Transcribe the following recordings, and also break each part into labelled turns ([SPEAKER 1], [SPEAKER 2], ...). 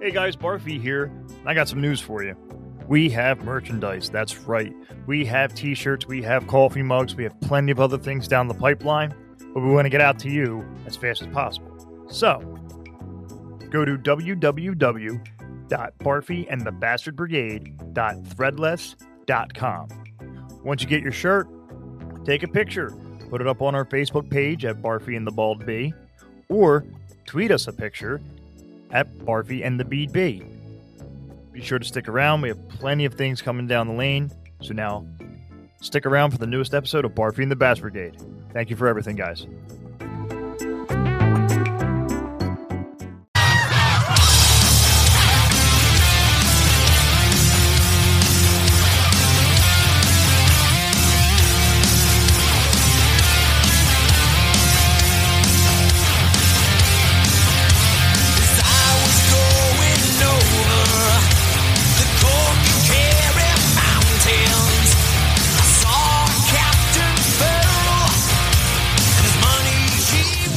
[SPEAKER 1] Hey guys, Barfy here. I got some news for you. We have merchandise, that's right. We have t shirts, we have coffee mugs, we have plenty of other things down the pipeline, but we want to get out to you as fast as possible. So, go to www.barfyandthebastardbrigade.threadless.com. Once you get your shirt, take a picture, put it up on our Facebook page at Barfy and the Bald Bee, or tweet us a picture at Barfy and the BB. Be sure to stick around. We have plenty of things coming down the lane. So now, stick around for the newest episode of Barfy and the Bass Brigade. Thank you for everything, guys.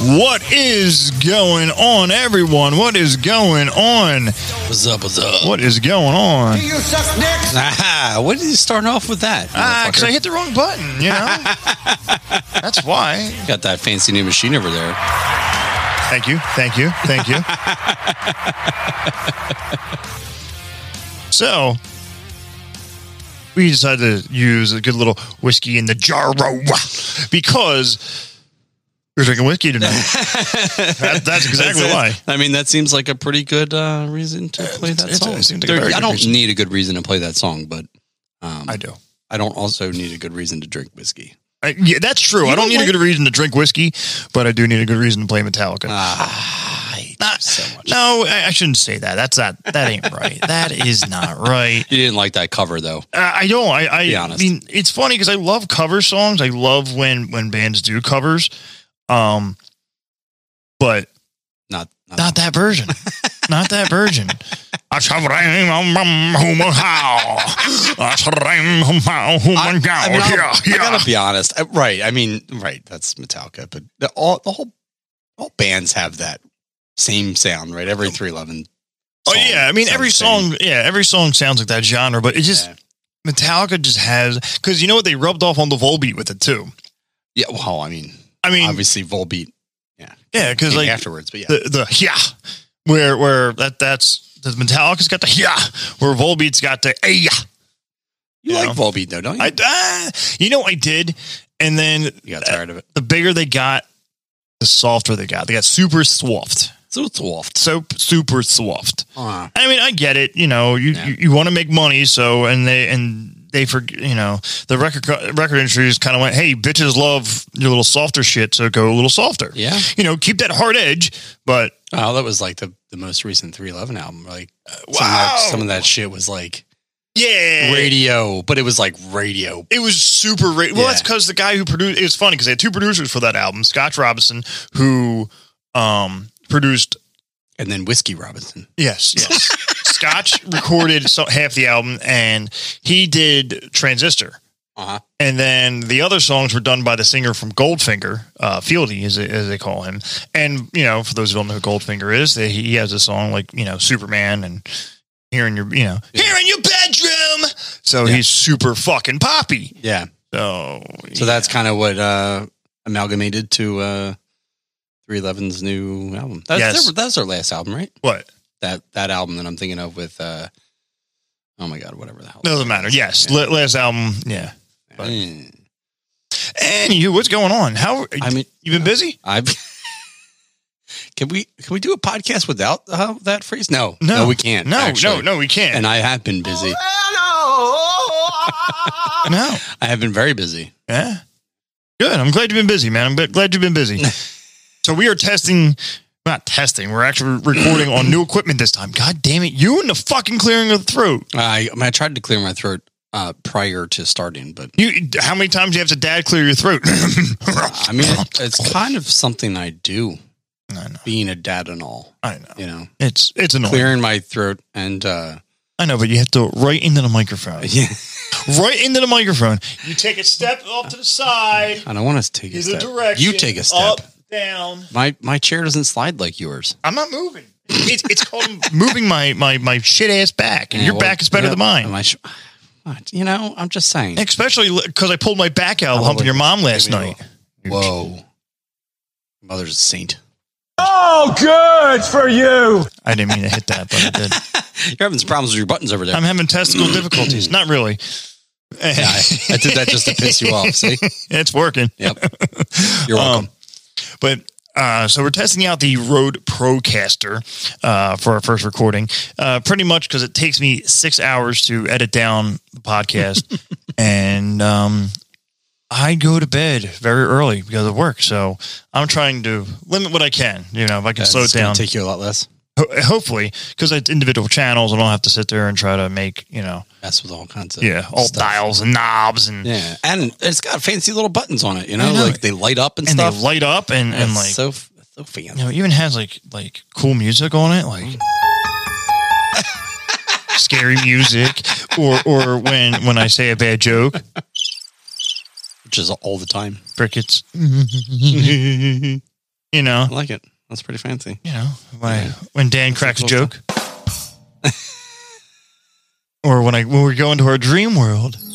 [SPEAKER 1] What is going on, everyone? What is going on?
[SPEAKER 2] What's up? What's up?
[SPEAKER 1] What is going on?
[SPEAKER 3] You suck dicks.
[SPEAKER 2] Ah, what did you start off with that?
[SPEAKER 1] Ah, because I
[SPEAKER 2] motherfucker?
[SPEAKER 1] hit the wrong button, you know? That's why.
[SPEAKER 2] got that fancy new machine over there.
[SPEAKER 1] Thank you. Thank you. Thank you. so we decided to use a good little whiskey in the jar because we're drinking whiskey tonight. That- that's exactly
[SPEAKER 2] That's it.
[SPEAKER 1] why.
[SPEAKER 2] I mean, that seems like a pretty good uh, reason to play that
[SPEAKER 1] it's-
[SPEAKER 2] song.
[SPEAKER 1] it seemed like a
[SPEAKER 2] There-
[SPEAKER 1] very
[SPEAKER 2] I
[SPEAKER 1] good
[SPEAKER 2] don't
[SPEAKER 1] reason.
[SPEAKER 2] need a good reason to play that song, but um,
[SPEAKER 1] I
[SPEAKER 2] I,
[SPEAKER 1] do.
[SPEAKER 2] don't also need a good reason to drink whiskey.
[SPEAKER 1] I, yeah, that's true. I don't
[SPEAKER 2] don't
[SPEAKER 1] need a
[SPEAKER 2] like-
[SPEAKER 1] good reason to drink whiskey, but I do need a good reason to play Metallica.
[SPEAKER 2] Ah, I hate
[SPEAKER 1] Not-
[SPEAKER 2] you so much.
[SPEAKER 1] No, I, I shouldn't say that. That's not. That ain't right. that is not right.
[SPEAKER 2] You didn't like that cover though.
[SPEAKER 1] Uh, I don't. I, I,
[SPEAKER 2] Be honest.
[SPEAKER 1] mean, it's funny because I love cover songs. I love when when bands do covers, um, but
[SPEAKER 2] Not, not,
[SPEAKER 1] not that version. not that version. I shall reign on my human howl. I shall reign on my human
[SPEAKER 2] I,
[SPEAKER 1] howl.
[SPEAKER 2] mean, I'll-
[SPEAKER 1] Yeah,
[SPEAKER 2] I
[SPEAKER 1] yeah.
[SPEAKER 2] gotta be honest. I- right. I mean, right. That's Metallica, but the, all the whole all bands have that same sound, right? Every three eleven.
[SPEAKER 1] Oh yeah, I mean every song. Yeah, every song sounds like that genre, but it just
[SPEAKER 2] Yeah.
[SPEAKER 1] Metallica just has because you know what they rubbed off on the Volbeat with it too.
[SPEAKER 2] Yeah. Well, I mean,
[SPEAKER 1] I mean,
[SPEAKER 2] obviously Volbeat
[SPEAKER 1] yeah, because
[SPEAKER 2] came
[SPEAKER 1] like
[SPEAKER 2] afterwards, but yeah.
[SPEAKER 1] the the yeah, where where that that's the Metallica's got the yeah, where Volbeat's got the "Ay, yeah.
[SPEAKER 2] you
[SPEAKER 1] yeah.
[SPEAKER 2] like Volbeat though, don't you?
[SPEAKER 1] I ah, you know I did, and then
[SPEAKER 2] you got tired of it.
[SPEAKER 1] the bigger they got, the softer they got. They got super soft,
[SPEAKER 2] So soft.
[SPEAKER 1] so super soft.
[SPEAKER 2] Uh,
[SPEAKER 1] I mean, I get it. You know, you
[SPEAKER 2] Yeah.
[SPEAKER 1] you, you want to make money, so and they and they for you know the record co- record industry just kind of went, hey, bitches love your little softer shit, so go a little softer.
[SPEAKER 2] yeah.
[SPEAKER 1] You know, keep that hard edge, but
[SPEAKER 2] Oh, that was like the, the most recent 311 album. Like some, of
[SPEAKER 1] wow. Eh.
[SPEAKER 2] that, some of that shit was like
[SPEAKER 1] yeah,
[SPEAKER 2] radio, but it was like radio.
[SPEAKER 1] It was super. Ra- well,
[SPEAKER 2] Yeah.
[SPEAKER 1] that's because the guy who produced it was funny because they had two producers for that album, Scott Robinson, who um produced
[SPEAKER 2] And then Whiskey Robinson.
[SPEAKER 1] yes, yes. Scotch recorded so, half the album, and he did Transistor,
[SPEAKER 2] Uh-huh.
[SPEAKER 1] and then the other songs were done by the singer from Goldfinger, uh, Fieldy, as they, as they call him. And you know, for those who don't know who Goldfinger is, they, he has a song like you know Superman and here in your you know
[SPEAKER 2] Yeah.
[SPEAKER 1] here in your bedroom. So
[SPEAKER 2] Yeah.
[SPEAKER 1] he's super fucking poppy.
[SPEAKER 2] Yeah.
[SPEAKER 1] So
[SPEAKER 2] So that's kind of what uh, amalgamated to uh, 311's new album. That's,
[SPEAKER 1] Yes.
[SPEAKER 2] their- that's their last album, right?
[SPEAKER 1] what
[SPEAKER 2] That that album that I'm thinking of with, uh, oh my God, whatever the hell.
[SPEAKER 1] Doesn't matter. Yes,
[SPEAKER 2] Yeah.
[SPEAKER 1] la- last album. Yeah. but-
[SPEAKER 2] Mm.
[SPEAKER 1] Anywho, what's going on? How
[SPEAKER 2] I mean,
[SPEAKER 1] you been busy?
[SPEAKER 2] I've. Can we can we do a podcast without uh, that phrase? No,
[SPEAKER 1] No.
[SPEAKER 2] we can't.
[SPEAKER 1] No,
[SPEAKER 2] actually.
[SPEAKER 1] no, no. We can't.
[SPEAKER 2] And I have been busy.
[SPEAKER 3] Well, no.
[SPEAKER 1] no.
[SPEAKER 2] I have been very busy.
[SPEAKER 1] Yeah. Good. I'm glad you've been busy, man. I'm gl- glad you've been busy. so we are testing. Not testing. We're actually recording on new equipment this time. God damn it! You and the fucking clearing of the throat.
[SPEAKER 2] I I, mean, I tried to clear my throat uh, prior to starting, but
[SPEAKER 1] You. How many times do you have to dad clear your throat?
[SPEAKER 2] I mean, it, it's kind of something I do,
[SPEAKER 1] I know.
[SPEAKER 2] being a dad and all.
[SPEAKER 1] I know.
[SPEAKER 2] You know,
[SPEAKER 1] It's it's annoying.
[SPEAKER 2] clearing my throat and uh,
[SPEAKER 1] I know, but you have to right into the microphone.
[SPEAKER 2] yeah.
[SPEAKER 1] Right into the microphone. You take a step off to the side.
[SPEAKER 2] I don't want us to take a
[SPEAKER 1] Either
[SPEAKER 2] step.
[SPEAKER 1] direction.
[SPEAKER 2] You take a step.
[SPEAKER 1] Up, down.
[SPEAKER 2] My my chair doesn't slide like yours.
[SPEAKER 1] I'm not moving. It's, it's called moving my, my, my shit ass back. And
[SPEAKER 2] Yeah,
[SPEAKER 1] your
[SPEAKER 2] well,
[SPEAKER 1] back is better
[SPEAKER 2] yeah,
[SPEAKER 1] than mine.
[SPEAKER 2] am I sure? What? You know, I'm just saying.
[SPEAKER 1] Especially because I pulled my back out
[SPEAKER 2] Oh,
[SPEAKER 1] humping your mom last
[SPEAKER 2] maybe
[SPEAKER 1] night.
[SPEAKER 2] Whoa. Mother's a saint.
[SPEAKER 3] Oh, good for you.
[SPEAKER 1] I didn't mean to hit that, but I did.
[SPEAKER 2] You're having some problems with your buttons over there.
[SPEAKER 1] I'm having testicle difficulties. Not really.
[SPEAKER 2] Yeah, I, I did that just to piss you off. See?
[SPEAKER 1] it's working.
[SPEAKER 2] Yep. You're welcome.
[SPEAKER 1] Um, but uh, so we're testing out the Rode Procaster uh, for our first recording, uh, pretty much because it takes me six hours to edit down the podcast, and um, I go to bed very early because of work. So I'm trying to limit what I can. You know, if I can
[SPEAKER 2] That's
[SPEAKER 1] slow it
[SPEAKER 2] gonna
[SPEAKER 1] down,
[SPEAKER 2] Take you a lot less.
[SPEAKER 1] ho- hopefully, because it's individual channels, I don't have to sit there and try to make you know,
[SPEAKER 2] That's with all kinds of
[SPEAKER 1] yeah, all
[SPEAKER 2] stuff.
[SPEAKER 1] dials and knobs and
[SPEAKER 2] Yeah, and it's got fancy little buttons on it. You know,
[SPEAKER 1] I know.
[SPEAKER 2] like they light up and,
[SPEAKER 1] and
[SPEAKER 2] stuff.
[SPEAKER 1] they light up and and
[SPEAKER 2] It's
[SPEAKER 1] like
[SPEAKER 2] so f- so fancy.
[SPEAKER 1] you know, it even has like like cool music on it, like scary music, or or when when I say a bad joke,
[SPEAKER 2] which is all the time.
[SPEAKER 1] crickets.
[SPEAKER 2] I
[SPEAKER 1] You know,
[SPEAKER 2] like it. That's pretty fancy.
[SPEAKER 1] you know when I, when Dan cracks a
[SPEAKER 2] cool
[SPEAKER 1] joke, or when I when we go into our dream world.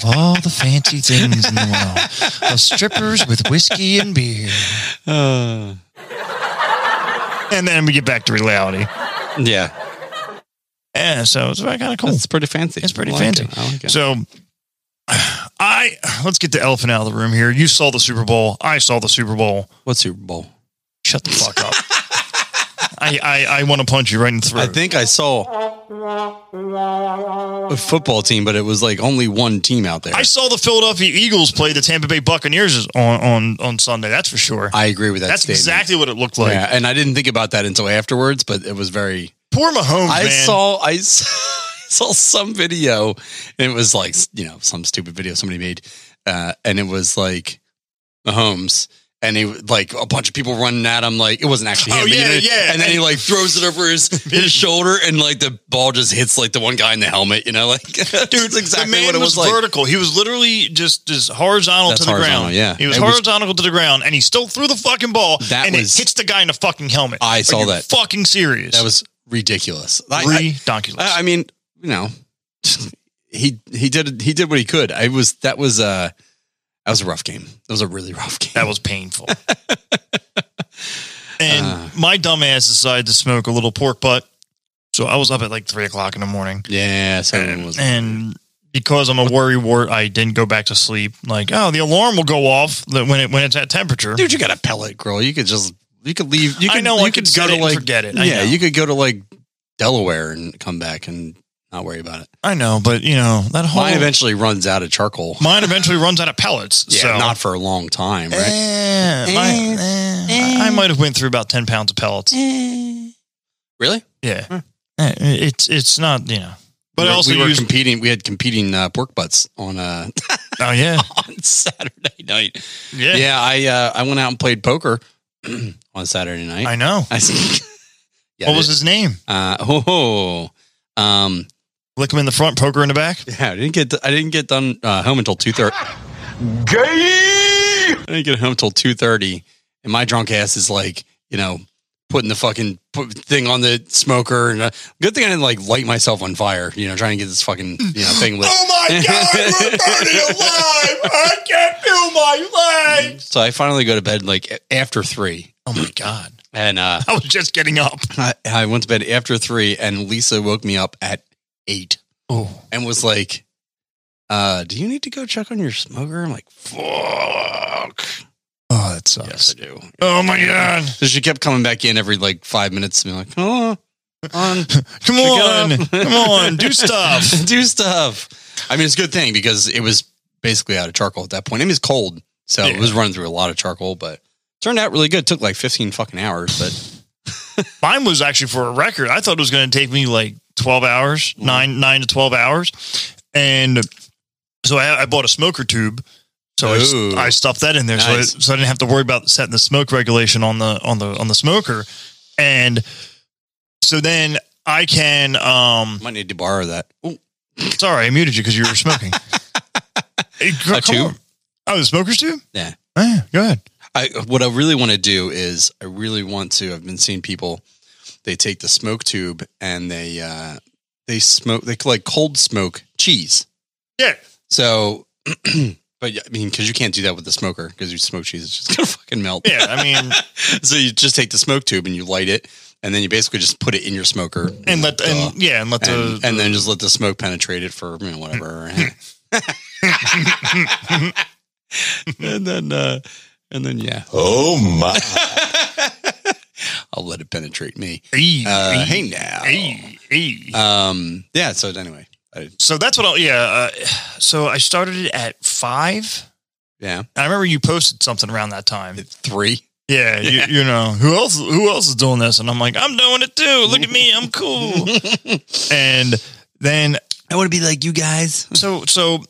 [SPEAKER 1] Of all the fancy things in the world, of strippers with whiskey and beer,
[SPEAKER 2] Uh,
[SPEAKER 1] and then we get back to reality.
[SPEAKER 2] yeah,
[SPEAKER 1] Yeah, so it's kind of cool.
[SPEAKER 2] that's pretty fancy.
[SPEAKER 1] It's pretty
[SPEAKER 2] I like
[SPEAKER 1] fancy.
[SPEAKER 2] it. I like it.
[SPEAKER 1] So I let's get the elephant out of the room here. You saw the Super Bowl. I saw the Super Bowl.
[SPEAKER 2] what Super Bowl?
[SPEAKER 1] Shut the fuck up. I, I, I want to punch you right in the throat.
[SPEAKER 2] I think I saw a football team, but it was like only one team out there.
[SPEAKER 1] I
[SPEAKER 2] I,
[SPEAKER 1] saw the Philadelphia Eagles play the Tampa Bay Buccaneers on on, on Sunday. That's for sure.
[SPEAKER 2] agree with that.
[SPEAKER 1] That's
[SPEAKER 2] statement.
[SPEAKER 1] exactly what it looked like.
[SPEAKER 2] yeah, and I didn't think about that until afterwards, but it was very.
[SPEAKER 1] Poor Mahomes,
[SPEAKER 2] I
[SPEAKER 1] man.
[SPEAKER 2] saw I s- saw some video, and it was like you know some stupid video somebody made, uh, and it was like Mahomes. And he like a bunch of people running at him, like it wasn't actually him.
[SPEAKER 1] Oh,
[SPEAKER 2] but you
[SPEAKER 1] yeah,
[SPEAKER 2] know,
[SPEAKER 1] yeah.
[SPEAKER 2] And then he like throws it over his, his shoulder, and like the ball just hits like the one guy in the helmet. You know, like dude,
[SPEAKER 1] the
[SPEAKER 2] exactly
[SPEAKER 1] man
[SPEAKER 2] what it was, like.
[SPEAKER 1] vertical. He was literally just just horizontal
[SPEAKER 2] That's
[SPEAKER 1] to the
[SPEAKER 2] horizontal,
[SPEAKER 1] ground.
[SPEAKER 2] yeah.
[SPEAKER 1] he was
[SPEAKER 2] It was-
[SPEAKER 1] horizontal to the ground, and he still threw the fucking ball.
[SPEAKER 2] That
[SPEAKER 1] and
[SPEAKER 2] was-
[SPEAKER 1] it hits the guy in the fucking helmet.
[SPEAKER 2] I
[SPEAKER 1] Are
[SPEAKER 2] saw
[SPEAKER 1] you
[SPEAKER 2] that.
[SPEAKER 1] Fucking serious.
[SPEAKER 2] That was ridiculous. I- I-
[SPEAKER 1] ridiculous.
[SPEAKER 2] I, I mean, you know, he he did he did what he could. I was that was uh that was a rough game. That was a really rough game.
[SPEAKER 1] that was painful. and
[SPEAKER 2] Uh.
[SPEAKER 1] my dumb ass decided to smoke a little pork butt. So I was up at like three o'clock in the morning.
[SPEAKER 2] yeah. So it
[SPEAKER 1] And,
[SPEAKER 2] was
[SPEAKER 1] and because I'm a worrywart, I didn't go back to sleep. Like, oh, the alarm will go off the- when it when it's at temperature.
[SPEAKER 2] dude, you got a pellet grill. You could just you could leave. You
[SPEAKER 1] I
[SPEAKER 2] could,
[SPEAKER 1] know,
[SPEAKER 2] You
[SPEAKER 1] I could set it and forget it. I
[SPEAKER 2] yeah,
[SPEAKER 1] know.
[SPEAKER 2] you could go to like Delaware and come back and not worry about it.
[SPEAKER 1] I know, but you know that whole
[SPEAKER 2] Mine eventually runs out of charcoal.
[SPEAKER 1] mine eventually runs out of pellets.
[SPEAKER 2] yeah,
[SPEAKER 1] so
[SPEAKER 2] not for a long time, right?
[SPEAKER 1] Eh, my- eh, I- I might have went through about ten pounds of pellets.
[SPEAKER 2] really?
[SPEAKER 1] Yeah,
[SPEAKER 2] Huh.
[SPEAKER 1] Eh, it's it's not you know, but
[SPEAKER 2] we,
[SPEAKER 1] I also
[SPEAKER 2] we were
[SPEAKER 1] used
[SPEAKER 2] competing. We had competing uh, pork butts on uh,
[SPEAKER 1] oh yeah
[SPEAKER 2] on Saturday night.
[SPEAKER 1] yeah,
[SPEAKER 2] yeah, I uh, I went out and played poker on Saturday night.
[SPEAKER 1] I know.
[SPEAKER 2] I s- yeah,
[SPEAKER 1] what was his name?
[SPEAKER 2] Uh, oh, oh, um,
[SPEAKER 1] Lick him in the front, poker in the back.
[SPEAKER 2] yeah, I didn't get I didn't get done uh, home until two thirty. I
[SPEAKER 3] Gay.
[SPEAKER 2] didn't get home until two thirty, and my drunk ass is like, you know, putting the fucking put thing on the smoker. And uh, good thing I didn't like light myself on fire. You know, trying to get this fucking you know thing lit.
[SPEAKER 1] Oh, my alive! I can't feel my legs.
[SPEAKER 2] So I finally go to bed like a- after three,
[SPEAKER 1] Oh my god!
[SPEAKER 2] and uh,
[SPEAKER 1] I was just getting up.
[SPEAKER 2] I, I went to bed after three, and Lisa woke me up at eight.
[SPEAKER 1] Oh,
[SPEAKER 2] and was like, uh, do you need to go check on your smoker? I'm like, fuck.
[SPEAKER 1] oh, that sucks.
[SPEAKER 2] Yes, I do.
[SPEAKER 1] Oh my god!
[SPEAKER 2] So she kept coming back in every like five minutes and being like, oh, on,
[SPEAKER 1] Come on,
[SPEAKER 2] Pick it up.
[SPEAKER 1] come on, do stuff.
[SPEAKER 2] do stuff. I mean, it's a good thing because it was basically out of charcoal at that point. I mean, it's cold. So it
[SPEAKER 1] Yeah.
[SPEAKER 2] was running through a lot of charcoal, but turned out really good. took like 15 fucking hours, but
[SPEAKER 1] Mine was actually for a record. I thought it was going to take me like 12 hours,
[SPEAKER 2] Mm-hmm.
[SPEAKER 1] nine, nine to 12 hours. And so I, I bought a smoker tube. So
[SPEAKER 2] Ooh.
[SPEAKER 1] I, I stuffed that in there.
[SPEAKER 2] Nice.
[SPEAKER 1] So, I, so I didn't have to worry about setting the smoke regulation on the, on the, on the smoker. And so then I can, um,
[SPEAKER 2] might need to borrow that. Ooh,
[SPEAKER 1] sorry, I muted you cause you were smoking. Hey, girl,
[SPEAKER 2] A
[SPEAKER 1] come
[SPEAKER 2] tube?
[SPEAKER 1] on. Oh, the smoker's tube?
[SPEAKER 2] Yeah.
[SPEAKER 1] Yeah, go ahead.
[SPEAKER 2] I what I really want to do is I really want to. I've been seeing people they take the smoke tube and they uh, they smoke they like cold smoke cheese.
[SPEAKER 1] Yeah.
[SPEAKER 2] So, but yeah, I mean, because you can't do that with the smoker because you smoke cheese, it's just gonna fucking melt.
[SPEAKER 1] Yeah, I mean,
[SPEAKER 2] so you just take the smoke tube and you light it, and then you basically just put it in your smoker
[SPEAKER 1] and let
[SPEAKER 2] Duh.
[SPEAKER 1] and yeah, and let the
[SPEAKER 2] and, and then just let the smoke penetrate it for you know, whatever. and then uh, and then yeah,
[SPEAKER 3] Oh my.
[SPEAKER 2] I'll let it penetrate me.
[SPEAKER 1] Hey,
[SPEAKER 2] Uh,
[SPEAKER 1] hey,
[SPEAKER 2] hey now,
[SPEAKER 1] hey, hey.
[SPEAKER 2] um, yeah. So anyway, I,
[SPEAKER 1] So that's what I'll, yeah. Uh, so I started it at five.
[SPEAKER 2] yeah,
[SPEAKER 1] I remember you posted something around that time.
[SPEAKER 2] three.
[SPEAKER 1] Yeah, you, you know who else? Who else is doing this? And I'm like, I'm doing it too. Look at me, I'm cool. and then
[SPEAKER 2] I want to be like you guys.
[SPEAKER 1] so so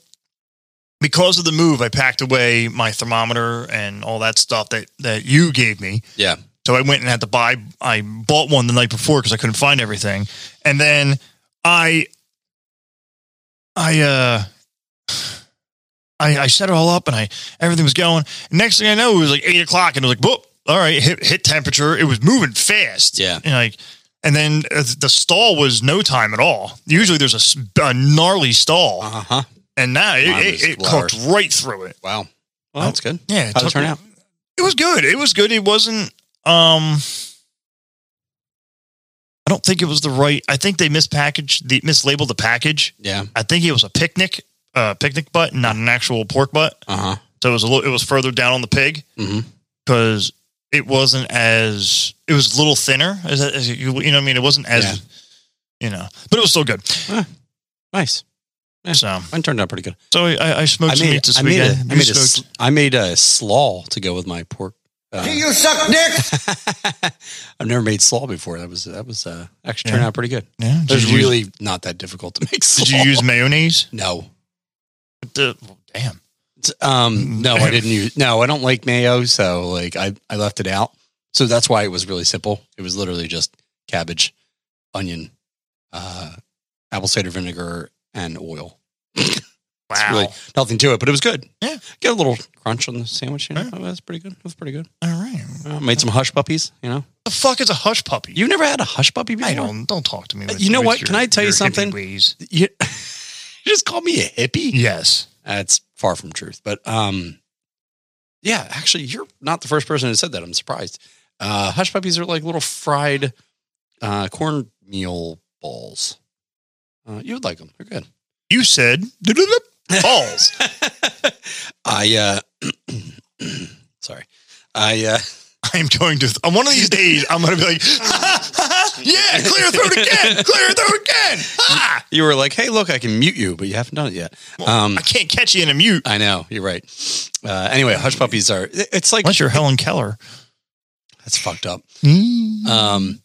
[SPEAKER 1] because of the move, I packed away my thermometer and all that stuff that that you gave me.
[SPEAKER 2] Yeah.
[SPEAKER 1] So I went and had to buy. I bought one the night before because I couldn't find everything, and then I, I, uh, I, I set it all up, and I everything was going. Next thing I know, it was like eight o'clock, and it was like, whoop, all right, hit, hit temperature. It was moving fast,
[SPEAKER 2] Yeah.
[SPEAKER 1] and like, and then uh, the stall was no time at all. Usually, there's a s- a, gnarly stall,
[SPEAKER 2] Uh huh.
[SPEAKER 1] and now it,
[SPEAKER 2] Mine
[SPEAKER 1] it,
[SPEAKER 2] was
[SPEAKER 1] it
[SPEAKER 2] two
[SPEAKER 1] cooked right through it.
[SPEAKER 2] Wow. Well, that's good.
[SPEAKER 1] Yeah,
[SPEAKER 2] How'd it
[SPEAKER 1] took-
[SPEAKER 2] turn out?
[SPEAKER 1] it was good. It was good. It wasn't. Um, I don't think it was the right. I think they mispackaged the mislabeled the package.
[SPEAKER 2] Yeah.
[SPEAKER 1] I think it was a picnic, uh, picnic butt, not an actual pork butt.
[SPEAKER 2] Uh huh.
[SPEAKER 1] So it was a little. It was further down on the pig
[SPEAKER 2] hmm
[SPEAKER 1] because it wasn't as. It was a little thinner. As, as you, you know what I mean? It wasn't as. You know, but it was still good.
[SPEAKER 2] Nice.
[SPEAKER 1] So,
[SPEAKER 2] Mine turned out pretty good.
[SPEAKER 1] so I, I smoked
[SPEAKER 2] I
[SPEAKER 1] some meat
[SPEAKER 2] made,
[SPEAKER 1] this
[SPEAKER 2] I, made a,
[SPEAKER 1] weekend.
[SPEAKER 2] I,
[SPEAKER 1] You
[SPEAKER 2] made a,
[SPEAKER 1] smoked-
[SPEAKER 2] sl- I made a slaw to go with my pork. Uh,
[SPEAKER 3] You suck dick.
[SPEAKER 2] I've never made slaw before. That was that was uh, actually turned
[SPEAKER 1] Yeah.
[SPEAKER 2] out pretty good.
[SPEAKER 1] yeah,
[SPEAKER 2] It
[SPEAKER 1] did
[SPEAKER 2] was
[SPEAKER 1] you use-
[SPEAKER 2] really not that difficult to make slaw.
[SPEAKER 1] did you use mayonnaise?
[SPEAKER 2] no?
[SPEAKER 1] The, well, damn.
[SPEAKER 2] It's- Um, no, I didn't use. No, I don't like mayo, so like I I left it out. So that's why it was really simple. It was literally just cabbage, onion, uh, apple cider vinegar, and oil.
[SPEAKER 1] Wow.
[SPEAKER 2] It's really nothing to it, but it was good.
[SPEAKER 1] Yeah.
[SPEAKER 2] get a little crunch on the sandwich. You know,
[SPEAKER 1] Yeah.
[SPEAKER 2] That was pretty good. It was pretty good.
[SPEAKER 1] All right.
[SPEAKER 2] Uh, made some hush puppies. You know,
[SPEAKER 1] the fuck is a hush puppy?
[SPEAKER 2] you've never had a hush puppy before.
[SPEAKER 1] I don't don't talk to me. With,
[SPEAKER 2] Uh, you know
[SPEAKER 1] with
[SPEAKER 2] what?
[SPEAKER 1] your-
[SPEAKER 2] Can I tell you
[SPEAKER 1] your hippie
[SPEAKER 2] something?
[SPEAKER 1] Ways.
[SPEAKER 2] You, you just call me a hippie.
[SPEAKER 1] Yes.
[SPEAKER 2] That's far from truth. But um, yeah, actually, you're not the first person who said that. I'm surprised. Uh, hush puppies are like little fried uh, cornmeal balls. Uh, you would like them. They're good.
[SPEAKER 1] You said "Dududup, balls.
[SPEAKER 2] I uh, sorry. I uh,
[SPEAKER 1] I'm going to. On one of these days, I'm going to be like, yeah, clear throat again, clear throat again. Ha!
[SPEAKER 2] you were like, hey, look, I can mute you, but you haven't done it yet. Um,
[SPEAKER 1] I can't catch you in a mute
[SPEAKER 2] I know you're right. Uh, anyway, hush puppies are. It's like
[SPEAKER 1] unless you're Helen Keller.
[SPEAKER 2] that's fucked up.
[SPEAKER 1] Uh,
[SPEAKER 2] Um,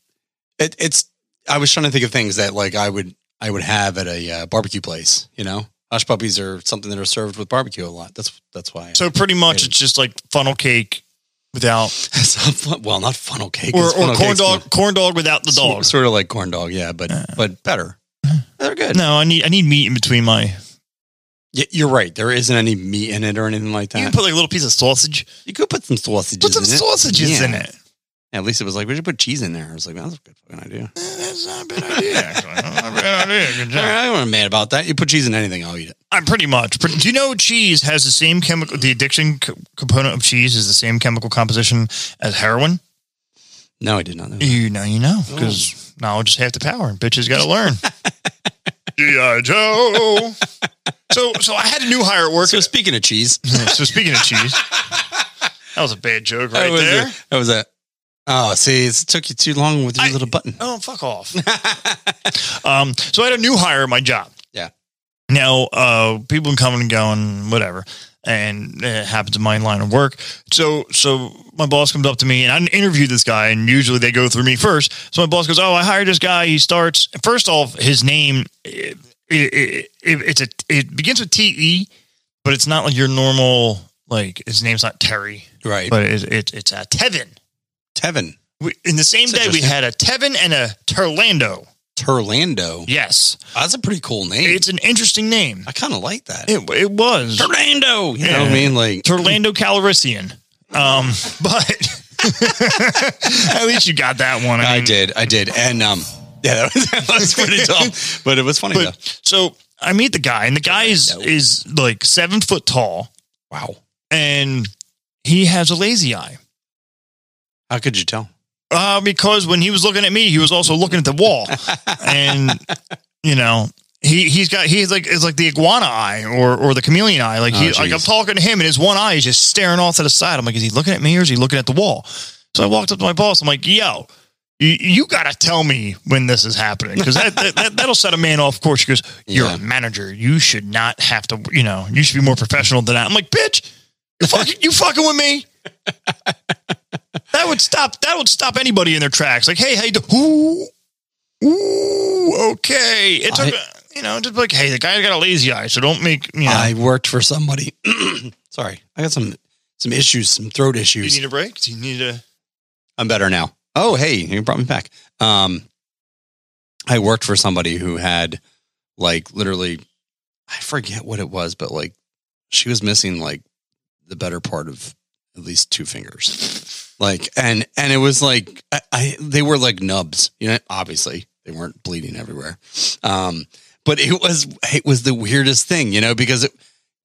[SPEAKER 2] it, it's. I was trying to think of things that like I would I would have at a uh, barbecue place. You know, hush puppies are something that are served with barbecue a lot. That's that's why.
[SPEAKER 1] so pretty much, it's just like funnel cake without
[SPEAKER 2] It's not fun- well, not funnel cake 'cause
[SPEAKER 1] or, or
[SPEAKER 2] funnel
[SPEAKER 1] corn
[SPEAKER 2] cake's
[SPEAKER 1] dog, corn dog without the
[SPEAKER 2] sort-
[SPEAKER 1] dog.
[SPEAKER 2] sort of like corn dog. Yeah, but but better. They're good.
[SPEAKER 1] No, I need I need meat in between my.
[SPEAKER 2] Y- you're right. There isn't any meat in it or anything like
[SPEAKER 1] You can
[SPEAKER 2] that.
[SPEAKER 1] put like a little piece of sausage.
[SPEAKER 2] You could put some sausages.
[SPEAKER 1] Put some
[SPEAKER 2] in it.
[SPEAKER 1] sausages
[SPEAKER 2] Yeah.
[SPEAKER 1] in it.
[SPEAKER 2] Yeah, at least it was like we should put cheese in there. I was like, that's a good fucking idea.
[SPEAKER 1] That's not a bad idea. Actually, not a bad idea. Good
[SPEAKER 2] All
[SPEAKER 1] job.
[SPEAKER 2] right, I wasn't mad about that. You put cheese in anything, I'll eat it.
[SPEAKER 1] Uh, pretty much. But do you know cheese has the same chemical? The addiction co- component of cheese is the same chemical composition as heroin.
[SPEAKER 2] No, I did not know. that.
[SPEAKER 1] You know, you know, because knowledge is half the power, and bitches got to learn. GI Joe. So, so I had a new hire at work.
[SPEAKER 2] So speaking of cheese,
[SPEAKER 1] so speaking of cheese, that was a bad joke
[SPEAKER 2] that
[SPEAKER 1] right
[SPEAKER 2] was
[SPEAKER 1] there.
[SPEAKER 2] A, that was a. Oh, see, it took you too long with your
[SPEAKER 1] I-
[SPEAKER 2] little button.
[SPEAKER 1] Oh, fuck off. um, so I had a new hire at my job.
[SPEAKER 2] Yeah.
[SPEAKER 1] Now, uh, people been coming and going, whatever, and it happens in my line of work. So, so my boss comes up to me and I interview this guy, and usually they go through me first. So my boss goes, "Oh, I hired this guy. He starts first off, his name, it, it, it, it's a, it begins with T E, but it's not like your normal like his name's not Terry,
[SPEAKER 2] Right,
[SPEAKER 1] but it, it, it's a Tevin."
[SPEAKER 2] Tevin
[SPEAKER 1] We, in the same
[SPEAKER 2] That's
[SPEAKER 1] day, we
[SPEAKER 2] interesting.
[SPEAKER 1] had a Tevin and a Terlando.
[SPEAKER 2] Turlando.
[SPEAKER 1] Yes,
[SPEAKER 2] That's a pretty cool name.
[SPEAKER 1] it's an interesting name.
[SPEAKER 2] I kind of like that.
[SPEAKER 1] It, it was
[SPEAKER 2] Turlando. You know what I
[SPEAKER 1] Yeah.
[SPEAKER 2] mean? Like
[SPEAKER 1] Terlando Calrissian. Um, but at least you got that one.
[SPEAKER 2] I
[SPEAKER 1] mean,
[SPEAKER 2] did. I did. And um, yeah, that was, that was pretty dumb, but it was funny though.
[SPEAKER 1] But so I meet the guy, and the guy is
[SPEAKER 2] No.
[SPEAKER 1] is like seven foot tall,
[SPEAKER 2] Wow.
[SPEAKER 1] and he has a lazy eye.
[SPEAKER 2] How could you tell?
[SPEAKER 1] Uh, because when he was looking at me, he was also looking at the wall, and you know he he's got he's like it's like the iguana eye or or the chameleon eye. Like he
[SPEAKER 2] Oh,
[SPEAKER 1] like I'm
[SPEAKER 2] jeez.
[SPEAKER 1] talking to him, and his one eye is just staring off to the side. I'm like, is he looking at me or is he looking at the wall? So I walked up to my boss. I'm like, yo. You, you gotta tell me when this is happening because that, that, that that'll set a man off course. She goes, "You're
[SPEAKER 2] Yeah.
[SPEAKER 1] a manager. You should not have to. You know, you should be more professional than that." I'm like, "Bitch, you fucking, you fucking with me? That would stop. That would stop anybody in their tracks. Like, hey, hey, ooh, ooh, okay. It's
[SPEAKER 2] I-
[SPEAKER 1] okay. you know, just like, hey, the guy's got a lazy eye, so don't make you know.
[SPEAKER 2] I worked for somebody. Sorry, I got some some issues, some throat
[SPEAKER 1] do you
[SPEAKER 2] issues.
[SPEAKER 1] need a break? Do you need a?
[SPEAKER 2] I'm better now. Oh, hey, you brought me back. Um, I worked for somebody who had like literally, I forget what it was, but like she was missing like the better part of at least two fingers. Like, and, and it was like, I, I they were like nubs, you know, obviously they weren't bleeding everywhere. Um, but it was, it was the weirdest thing, you know, because it,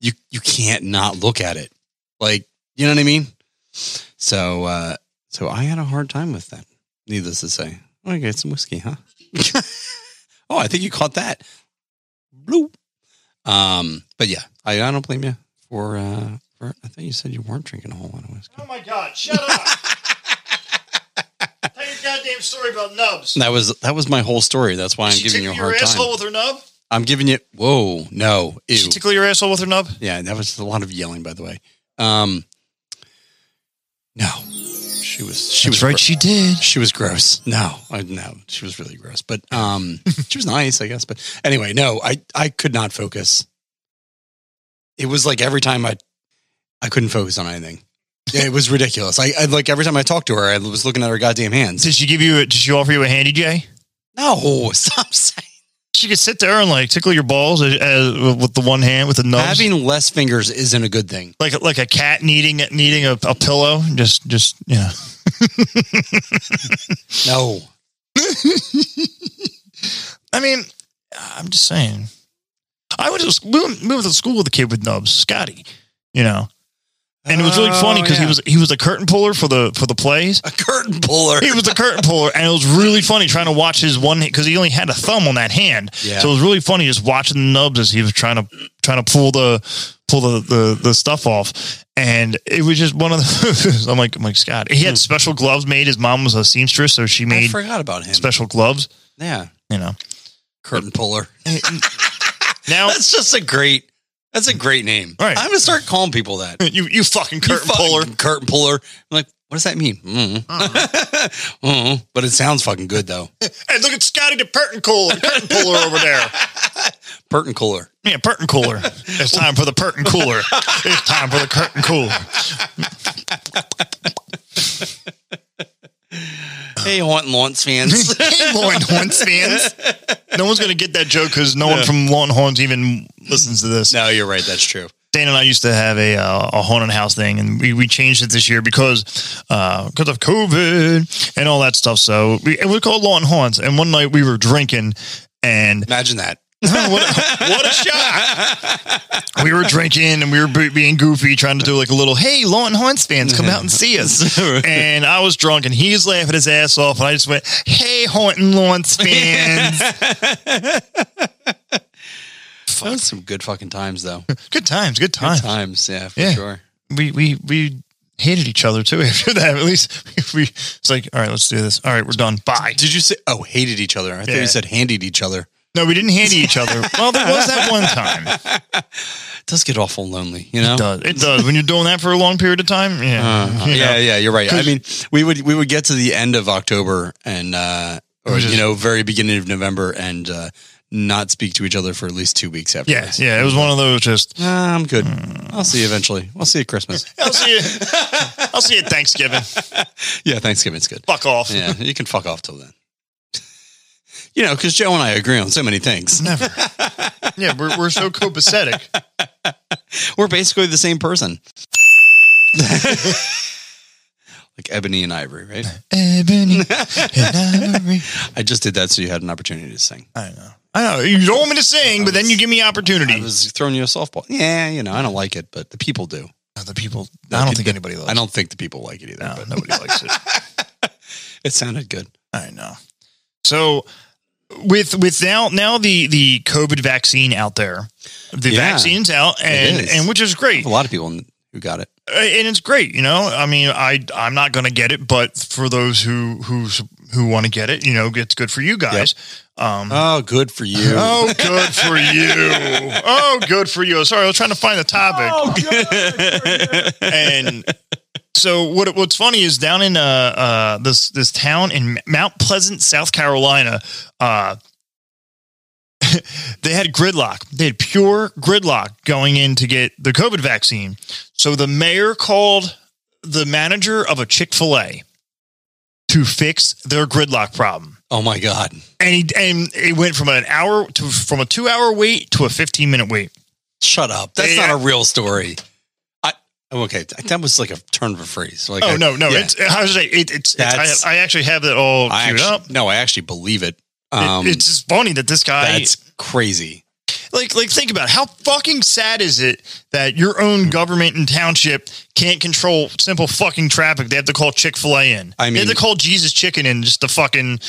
[SPEAKER 2] you, you can't not look at it. Like, you know what I mean? So, uh, so I had a hard time with that. Needless to say, oh, I got some whiskey, huh? oh, I think you caught that. Bloop. Um, but yeah, I, I don't blame you for. Uh, for I thought you said you weren't drinking a whole lot of whiskey.
[SPEAKER 1] Oh my god! Shut up! Tell your goddamn story about nubs.
[SPEAKER 2] That was that was my whole story. That's why I'm giving you a hard time.
[SPEAKER 1] with her nub.
[SPEAKER 2] I'm giving you. Whoa, no, ew.
[SPEAKER 1] She tickle your asshole with her nub.
[SPEAKER 2] Yeah, that was a lot of yelling, by the way. Um, no, she was. She was
[SPEAKER 1] She did.
[SPEAKER 2] She was gross. No, I, no, she was really gross. But um, she was nice, I guess. But anyway, no, I I could not focus. It was like every time I, I couldn't focus on anything. Yeah, it was ridiculous. I, I like every time I talked to her, I was looking at her goddamn hands.
[SPEAKER 1] Did she give you? A, did she offer you a handy J?
[SPEAKER 2] No, stop saying.
[SPEAKER 1] She could sit there and like tickle your balls as, as, with the one hand with the nubs.
[SPEAKER 2] Having less fingers isn't a good thing.
[SPEAKER 1] like like a cat needing needing a, a pillow. Just just yeah.
[SPEAKER 2] No,
[SPEAKER 1] I mean, I'm just saying. I would just we went, we went to school with a kid with nubs, Scotty. You know, and it was
[SPEAKER 2] Oh,
[SPEAKER 1] really funny because he was he was a curtain puller for the for the plays.
[SPEAKER 2] a curtain puller.
[SPEAKER 1] He was a curtain puller, and it was really funny trying to watch his one because he only had a thumb on that hand.
[SPEAKER 2] Yeah.
[SPEAKER 1] So it was really funny just watching the nubs as he was trying to trying to pull the pull the the, the stuff off, and it was just one of the. I'm like I'm like Scott. He had special gloves made. His mom was a seamstress, so she
[SPEAKER 2] Hmm. I
[SPEAKER 1] made
[SPEAKER 2] forgot about him.
[SPEAKER 1] special gloves.
[SPEAKER 2] Yeah,
[SPEAKER 1] You know.
[SPEAKER 2] curtain puller.
[SPEAKER 1] Now
[SPEAKER 2] That's just a great. That's a great name.
[SPEAKER 1] Right.
[SPEAKER 2] I'm gonna start calling people that.
[SPEAKER 1] you you fucking
[SPEAKER 2] You
[SPEAKER 1] curtain
[SPEAKER 2] fucking
[SPEAKER 1] puller.
[SPEAKER 2] Curtain puller. I'm like, what does that mean? Mm. Mm. But it sounds fucking good though.
[SPEAKER 1] Hey, look at Scotty the curtain puller, curtain puller over there.
[SPEAKER 2] Curtain cooler.
[SPEAKER 1] Yeah, curtain cooler. It's time for the curtain cooler. It's time for the curtain cooler.
[SPEAKER 2] Hey, Haunt and Lawrence fans.
[SPEAKER 1] Hey, Lauren Horns fans. No one's gonna get that joke because no one from Lauren Horns even listens to this.
[SPEAKER 2] no, you're right. That's true.
[SPEAKER 1] Dana and I used to have a uh, a haunted house thing, and we, we changed it this year because uh, because of COVID and all that stuff. So we, it was called Lawn Haunts. And one night we were drinking, and
[SPEAKER 2] Imagine that.
[SPEAKER 1] what, a, what a shock! We were drinking and we were be- being goofy, trying to do like a little "Hey, Lawn Haunts fans, come out and see us." and I was drunk, and he's laughing his ass off, and I just went, "Hey, haunting Lawrence fans,
[SPEAKER 2] That was some good fucking times though.
[SPEAKER 1] good times, good
[SPEAKER 2] Good
[SPEAKER 1] times."
[SPEAKER 2] times. Yeah, for
[SPEAKER 1] Yeah.
[SPEAKER 2] sure.
[SPEAKER 1] We we we hated each other too after that. At least we it's like, all right, let's do this. All right, we're done. Bye.
[SPEAKER 2] Did you say? Oh, hated each other. I thought
[SPEAKER 1] Yeah.
[SPEAKER 2] you said handed each other.
[SPEAKER 1] No, we didn't hate each other. Well, there was that one time.
[SPEAKER 2] It does get awful lonely, you know.
[SPEAKER 1] It does it does when you're doing that for a long period of time? Yeah, You
[SPEAKER 2] Uh,
[SPEAKER 1] know.
[SPEAKER 2] yeah, yeah, you're right. I
[SPEAKER 1] 'Cause-
[SPEAKER 2] mean, we would we would get to the end of October and uh, or
[SPEAKER 1] Just-
[SPEAKER 2] you know very beginning of November and uh, not speak to each other for at least two weeks after.
[SPEAKER 1] yeah, yeah. It was one of those just
[SPEAKER 2] Nah, I'm good.
[SPEAKER 1] Hmm.
[SPEAKER 2] I'll see you eventually. I'll see you at Christmas.
[SPEAKER 1] I'll see you. I'll see you at Thanksgiving.
[SPEAKER 2] yeah, Thanksgiving's good.
[SPEAKER 1] Fuck off.
[SPEAKER 2] Yeah, you can fuck off till then. You know, because Joe and I agree on so many things.
[SPEAKER 1] Never. Yeah, we're, we're so copacetic.
[SPEAKER 2] We're basically the same person. Like ebony and ivory, right?
[SPEAKER 1] Ebony and ivory.
[SPEAKER 2] I just did that so you had an opportunity to sing.
[SPEAKER 1] I know. I know. You don't want me to sing, but then you give me
[SPEAKER 2] I
[SPEAKER 1] opportunity.
[SPEAKER 2] was throwing you a softball. Yeah, you know, I don't like it, but the people do.
[SPEAKER 1] the people. I don't think anybody loves.
[SPEAKER 2] I don't think the people like it either.
[SPEAKER 1] No,
[SPEAKER 2] but
[SPEAKER 1] nobody likes it.
[SPEAKER 2] it sounded good.
[SPEAKER 1] I know. So with with now now the the COVID vaccine out there, the
[SPEAKER 2] Yeah.
[SPEAKER 1] vaccine's out, and
[SPEAKER 2] is.
[SPEAKER 1] and which is great,
[SPEAKER 2] A lot of people who got it.
[SPEAKER 1] Uh, and it's great. You know, I mean, I I'm not going to get it, but for those who who who want to get it, you know, it's good for you guys. Um,
[SPEAKER 2] Oh, good for you.
[SPEAKER 1] Oh, good for you. Oh, good for you. Sorry, I was trying to find the topic.
[SPEAKER 4] Oh, good for you.
[SPEAKER 1] and so what what's funny is down in uh, uh this this town in Mount Pleasant, South Carolina, uh they had gridlock. They had pure gridlock going in to get the COVID vaccine. So the mayor called the manager of a Chick-fil-A to fix their gridlock problem
[SPEAKER 2] oh my God.
[SPEAKER 1] and he and it went from an hour to from a two hour wait to a fifteen minute wait.
[SPEAKER 2] Shut up. That's
[SPEAKER 1] Yeah.
[SPEAKER 2] not a real story. I oh, okay. That was like a turn of a phrase. Like
[SPEAKER 1] oh
[SPEAKER 2] I-
[SPEAKER 1] no, no,
[SPEAKER 2] yeah.
[SPEAKER 1] it's I was like, it, it's,
[SPEAKER 2] That's-
[SPEAKER 1] it's I, I actually have that all
[SPEAKER 2] I
[SPEAKER 1] queued
[SPEAKER 2] actually,
[SPEAKER 1] up.
[SPEAKER 2] no, I actually believe it.
[SPEAKER 1] It-
[SPEAKER 2] Um,
[SPEAKER 1] it's just funny that this guy
[SPEAKER 2] that's crazy.
[SPEAKER 1] like like think about it. how fucking sad is it that your own government and township can't control simple fucking traffic. They have to call Chick Fil A in.
[SPEAKER 2] I
[SPEAKER 1] they have
[SPEAKER 2] mean-
[SPEAKER 1] to call Jesus Chicken in just to fucking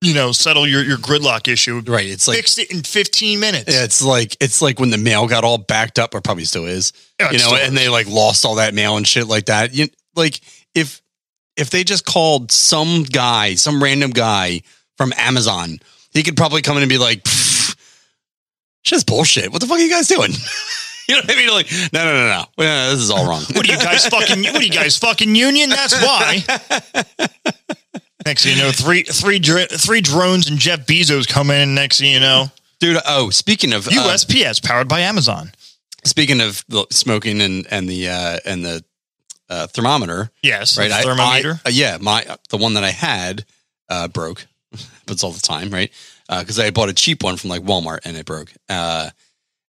[SPEAKER 1] you know settle your your gridlock issue.
[SPEAKER 2] Right. It's like
[SPEAKER 1] Fixed it in fifteen minutes.
[SPEAKER 2] Yeah, it's like it's like when the mail got all backed up, or probably still is,
[SPEAKER 1] Yeah,
[SPEAKER 2] you
[SPEAKER 1] it's
[SPEAKER 2] know,
[SPEAKER 1] still-
[SPEAKER 2] and they like lost all that mail and shit like that. You like if if they just called some guy, some random guy from Amazon, he could probably come in and be like, "Pfft, "Just bullshit. What the fuck are you guys doing?" you know what I mean? Like, no, no, no, no. Yeah, this is all wrong.
[SPEAKER 1] What are you guys fucking? What are you guys fucking union? That's why. Next thing you know, three three dr- three drones and Jeff Bezos come in. And next thing you know,
[SPEAKER 2] Dude, oh, speaking of uh,
[SPEAKER 1] USPS powered by Amazon.
[SPEAKER 2] speaking of the smoking and and the uh and the uh thermometer,
[SPEAKER 1] Yes,
[SPEAKER 2] right?
[SPEAKER 1] the
[SPEAKER 2] I-
[SPEAKER 1] thermometer.
[SPEAKER 2] I- uh, yeah, my uh, the one that I had uh, broke. Happens all the time, right? Because I bought a cheap one from like Walmart and it broke. Uh,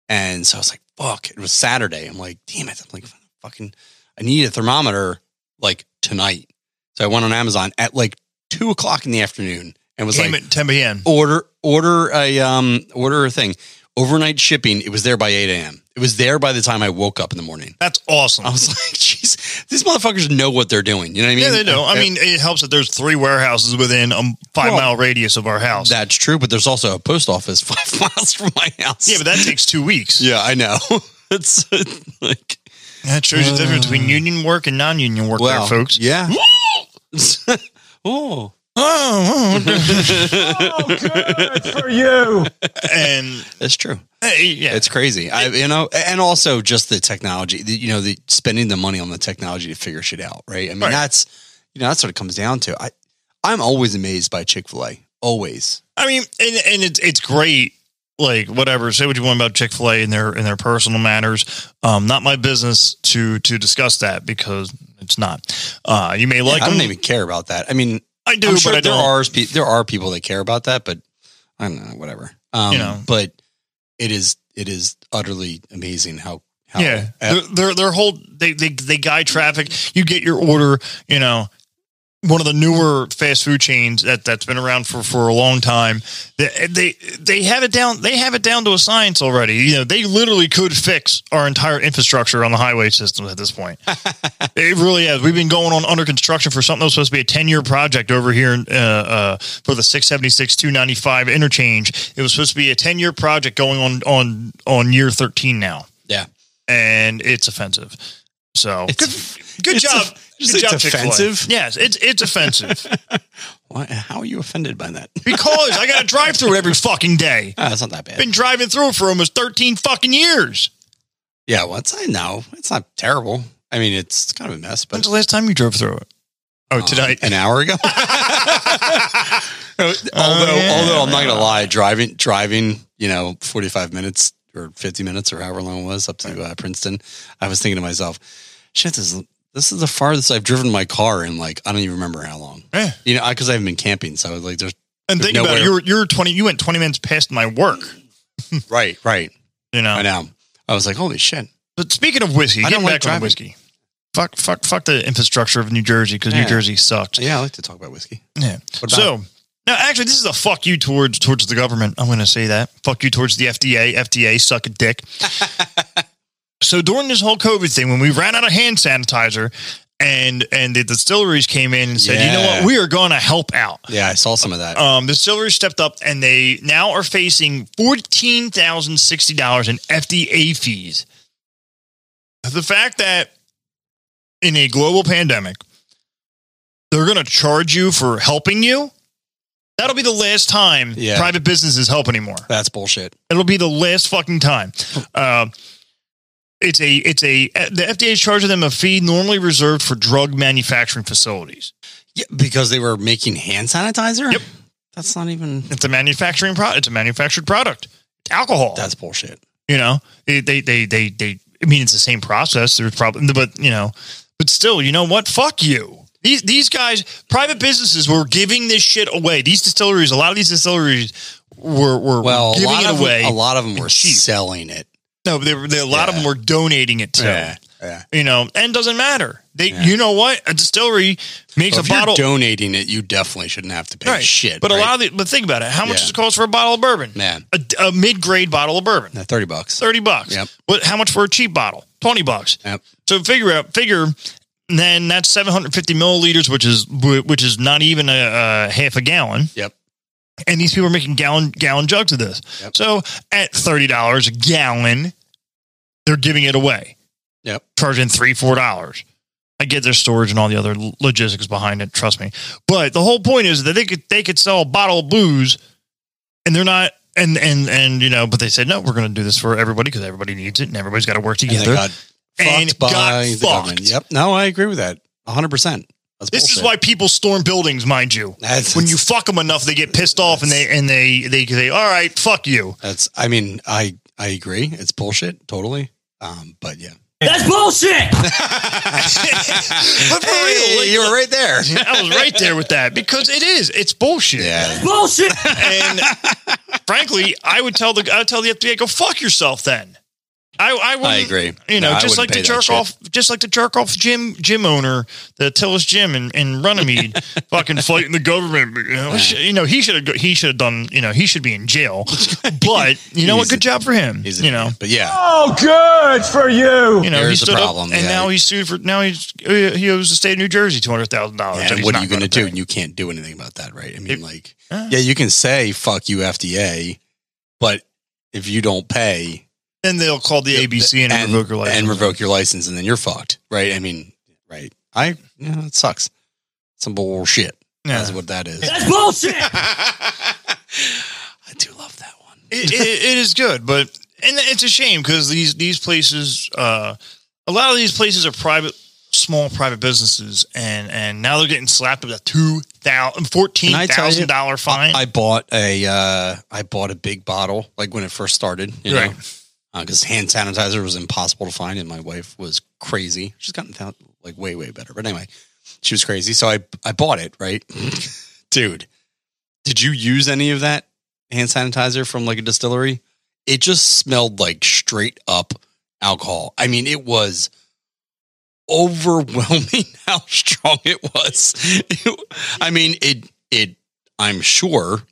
[SPEAKER 2] and so I was like, "Fuck!" It was Saturday. I'm like, "Damn it!" I'm like, "Fucking!" I need a thermometer like tonight. So I went on Amazon at like two o'clock in the afternoon and was
[SPEAKER 1] Came
[SPEAKER 2] like,
[SPEAKER 1] at 10 p.m.
[SPEAKER 2] "Order, order a um, order a thing." Overnight shipping. It was there by eight a.m. It was there by the time I woke up in the morning.
[SPEAKER 1] That's awesome.
[SPEAKER 2] I was like, "Jeez, these motherfuckers know what they're doing." You know what I mean?
[SPEAKER 1] yeah, they know. I
[SPEAKER 2] Uh,
[SPEAKER 1] mean, it helps that there's three warehouses within a five
[SPEAKER 2] Well,
[SPEAKER 1] mile radius of our house.
[SPEAKER 2] That's true, but there's also a post office five miles from my house.
[SPEAKER 1] yeah, but that takes two weeks.
[SPEAKER 2] yeah, I know. it's like,
[SPEAKER 1] That shows the difference between union work and non-union work,
[SPEAKER 2] Mm. well,
[SPEAKER 1] there, folks.
[SPEAKER 2] Yeah. oh,
[SPEAKER 1] Oh, oh,
[SPEAKER 4] Oh, good for you.
[SPEAKER 1] and
[SPEAKER 2] that's true.
[SPEAKER 1] hey, yeah,
[SPEAKER 2] It's crazy. I, you know, and also just the technology. The, you know, the spending the money on the technology to figure shit out. Right. I mean,
[SPEAKER 1] Right.
[SPEAKER 2] that's you know that's what it comes down to. I I'm always amazed by Chick Fil A. Always.
[SPEAKER 1] I mean, and and it's it's great. Like whatever, say what you want about Chick Fil A and their and their personal matters. Um, not my business to to discuss that because it's not. Uh, you may like
[SPEAKER 2] I
[SPEAKER 1] them.
[SPEAKER 2] don't even care about that. I mean,
[SPEAKER 1] I do,
[SPEAKER 2] I'm sure
[SPEAKER 1] but I
[SPEAKER 2] there
[SPEAKER 1] don't.
[SPEAKER 2] are pe- there are people that care about that, but I don't know, whatever. Um,
[SPEAKER 1] You know.
[SPEAKER 2] but it is it is utterly amazing how how
[SPEAKER 1] yeah,
[SPEAKER 2] uh,
[SPEAKER 1] their, their their whole they, they they guide traffic. You get your order, you know, one of the newer fast food chains that that's been around for for a long time. They they, they have it down. They have it down to a science already. You know, they literally could fix our entire infrastructure on the highway system at this point. it really has. We've been going on under construction for something that was supposed to be a ten year project over here uh, uh, for the six seventy six two ninety five interchange. It was supposed to be a ten year project going on on on year thirteen now
[SPEAKER 2] yeah.
[SPEAKER 1] and it's offensive. So
[SPEAKER 2] It's-
[SPEAKER 1] good, good
[SPEAKER 2] it's
[SPEAKER 1] job.
[SPEAKER 2] off- you
[SPEAKER 1] good
[SPEAKER 2] say it's
[SPEAKER 1] job, Chick-fil-A.
[SPEAKER 2] offensive?
[SPEAKER 1] Yes, it's it's offensive
[SPEAKER 2] Why, how are you offended by that?
[SPEAKER 1] because I got to drive through it every fucking day.
[SPEAKER 2] Ah, it's not that bad.
[SPEAKER 1] Been driving through it for almost thirteen fucking years.
[SPEAKER 2] yeah, well, it's I know it's not terrible. I mean, it's kind of a mess, but
[SPEAKER 1] When's the last time you drove through it? Oh, tonight. Oh,
[SPEAKER 2] an hour ago. although,
[SPEAKER 1] yeah.
[SPEAKER 2] although I'm not gonna lie, driving, driving, you know, 45 minutes or 50 minutes or however long it was up to uh, Princeton, I was thinking to myself, shit, this is this is the farthest I've driven my car in like I don't even remember how long.
[SPEAKER 1] Yeah.
[SPEAKER 2] You know, because I haven't been camping, so like there's
[SPEAKER 1] And think about it.
[SPEAKER 2] nowhere.
[SPEAKER 1] You're you're twenty. You went twenty minutes past my work.
[SPEAKER 2] right, right.
[SPEAKER 1] You know.
[SPEAKER 2] I know. I was like, holy shit.
[SPEAKER 1] But speaking of whiskey,
[SPEAKER 2] I
[SPEAKER 1] getting
[SPEAKER 2] don't like
[SPEAKER 1] back on
[SPEAKER 2] driving.
[SPEAKER 1] whiskey. fuck, fuck, fuck the infrastructure of New Jersey because
[SPEAKER 2] Yeah.
[SPEAKER 1] New Jersey sucked.
[SPEAKER 2] Yeah, I like to talk about whiskey.
[SPEAKER 1] Yeah.
[SPEAKER 2] What about
[SPEAKER 1] So no, actually, this is a fuck you towards towards the government. I'm going to say that fuck you towards the FDA. FDA suck a dick. so during this whole COVID thing, when we ran out of hand sanitizer, and and the distilleries came in and said, you know
[SPEAKER 2] Yeah.
[SPEAKER 1] what, we are going to help out.
[SPEAKER 2] yeah, I saw some of that.
[SPEAKER 1] Um, the distilleries stepped up, and they now are facing fourteen thousand sixty dollars in FDA fees. The fact that in a global pandemic, they're going to charge you for helping you. That'll be the last time
[SPEAKER 2] Yeah.
[SPEAKER 1] private businesses help anymore.
[SPEAKER 2] That's bullshit.
[SPEAKER 1] It'll be the last fucking time. Uh, it's a it's a the FDA is charging them a fee normally reserved for drug manufacturing facilities.
[SPEAKER 2] Yeah, because they were making hand sanitizer. Yep. That's not even.
[SPEAKER 1] It's a manufacturing product. It's a manufactured product. It's alcohol.
[SPEAKER 2] That's bullshit.
[SPEAKER 1] you know they they they they, they i mean it's the same process there's probably but you know but still you know what fuck you these these guys private businesses were giving this shit away these distilleries a lot of these distilleries were were
[SPEAKER 2] Well, a
[SPEAKER 1] giving
[SPEAKER 2] lot
[SPEAKER 1] it
[SPEAKER 2] of
[SPEAKER 1] away
[SPEAKER 2] Them, a lot of them were
[SPEAKER 1] cheap.
[SPEAKER 2] selling it.
[SPEAKER 1] no they, were- they, a lot of
[SPEAKER 2] Yeah.
[SPEAKER 1] them were donating it to
[SPEAKER 2] yeah.
[SPEAKER 1] you know and it doesn't matter they
[SPEAKER 2] Yeah.
[SPEAKER 1] you know what a distillery makes
[SPEAKER 2] So
[SPEAKER 1] a
[SPEAKER 2] if
[SPEAKER 1] bottle
[SPEAKER 2] you're donating it, you definitely shouldn't have to pay
[SPEAKER 1] right
[SPEAKER 2] shit.
[SPEAKER 1] but
[SPEAKER 2] right?
[SPEAKER 1] a lot of the, but think about it how much does
[SPEAKER 2] Yeah.
[SPEAKER 1] it cost for a bottle of bourbon
[SPEAKER 2] man,
[SPEAKER 1] a, a mid-grade bottle of bourbon
[SPEAKER 2] no, thirty bucks.
[SPEAKER 1] 30 bucks
[SPEAKER 2] Yep.
[SPEAKER 1] what how much for a cheap bottle 20 bucks
[SPEAKER 2] Yep.
[SPEAKER 1] So figure out figure, and then that's 750 milliliters, which is which is not even a, a half a gallon.
[SPEAKER 2] Yep.
[SPEAKER 1] And these people are making gallon gallon jugs of this.
[SPEAKER 2] Yep.
[SPEAKER 1] So at thirty dollars a gallon, they're giving it away.
[SPEAKER 2] Yep.
[SPEAKER 1] Charging three four dollars. I get their storage and all the other l- logistics behind it. Trust me. But the whole point is that they could they could sell a bottle of booze, and they're not. And, and and you know, but they said no. We're going to do this for everybody because everybody needs it, and everybody's got to work
[SPEAKER 2] And they
[SPEAKER 1] together.
[SPEAKER 2] got
[SPEAKER 1] And
[SPEAKER 2] fucked by
[SPEAKER 1] got
[SPEAKER 2] the
[SPEAKER 1] fucked.
[SPEAKER 2] government. Yep. No, I agree with that. hundred percent. That's
[SPEAKER 1] This is
[SPEAKER 2] bullshit.
[SPEAKER 1] why people storm buildings, mind you.
[SPEAKER 2] That's-
[SPEAKER 1] when you fuck them enough, they get pissed off and they and they they say, "All right, fuck you."
[SPEAKER 2] That's. I mean, I I agree. It's bullshit. Totally. Um, but yeah.
[SPEAKER 5] That's bullshit!
[SPEAKER 1] But for real, like-
[SPEAKER 2] you were right there.
[SPEAKER 1] I was right there with that because it is it's bullshit.
[SPEAKER 2] Yeah.
[SPEAKER 5] Bullshit!
[SPEAKER 1] And frankly, I would tell the I would tell the FDA, "Go fuck yourself." Then I I, wouldn't,
[SPEAKER 2] I agree.
[SPEAKER 1] You know,
[SPEAKER 2] No, I
[SPEAKER 1] just
[SPEAKER 2] wouldn't
[SPEAKER 1] like the
[SPEAKER 2] pay that
[SPEAKER 1] jerk
[SPEAKER 2] shit.
[SPEAKER 1] off, just like the jerk off gym gym owner, the Tillis gym in, in Runnymede, fucking fighting the government. You know, sh- you know, he should have he should have done. You know, he should be in jail. But you know what?
[SPEAKER 2] He's
[SPEAKER 1] Good
[SPEAKER 2] a-
[SPEAKER 1] job for him.
[SPEAKER 2] He's
[SPEAKER 1] You know,
[SPEAKER 2] but yeah.
[SPEAKER 4] Oh, good for you.
[SPEAKER 1] You know,
[SPEAKER 2] There's
[SPEAKER 1] he
[SPEAKER 2] the
[SPEAKER 1] stood up,
[SPEAKER 2] problem,
[SPEAKER 1] and
[SPEAKER 2] yeah.
[SPEAKER 1] now he's sued for now he's uh, he owes the state of New Jersey two hundred thousand dollars.
[SPEAKER 2] and what are you going to do? And you can't do anything about that, right? I mean,
[SPEAKER 1] It-
[SPEAKER 2] like,
[SPEAKER 1] Uh.
[SPEAKER 2] yeah, you can say "fuck you, FDA," but if you don't pay,
[SPEAKER 1] Then they'll call the ABC and, revoke your license.
[SPEAKER 2] and revoke your license, and then you're fucked, right? I mean, right? I, you know, it sucks. Some bullshit.
[SPEAKER 1] Yeah.
[SPEAKER 2] That's what that is.
[SPEAKER 5] That's bullshit!
[SPEAKER 2] I do love that one.
[SPEAKER 1] It- it- it is good, but and it's a shame because these these places, uh, a lot of these places are private, small private businesses, and and now they're getting slapped with a two thousand fourteen
[SPEAKER 2] Can I tell you?
[SPEAKER 1] thousand dollar fine.
[SPEAKER 2] I, I bought a, uh, I bought a big bottle like when it first started, you
[SPEAKER 1] Right.
[SPEAKER 2] know, because hand sanitizer was impossible to find, and my wife was crazy. She's gotten down like way, way better, but anyway, she was crazy. So I, I bought it, right, dude. Did you use any of that hand sanitizer from like a distillery? It just smelled like straight up alcohol. I mean, it was overwhelming how strong it was. I mean, it it I'm sure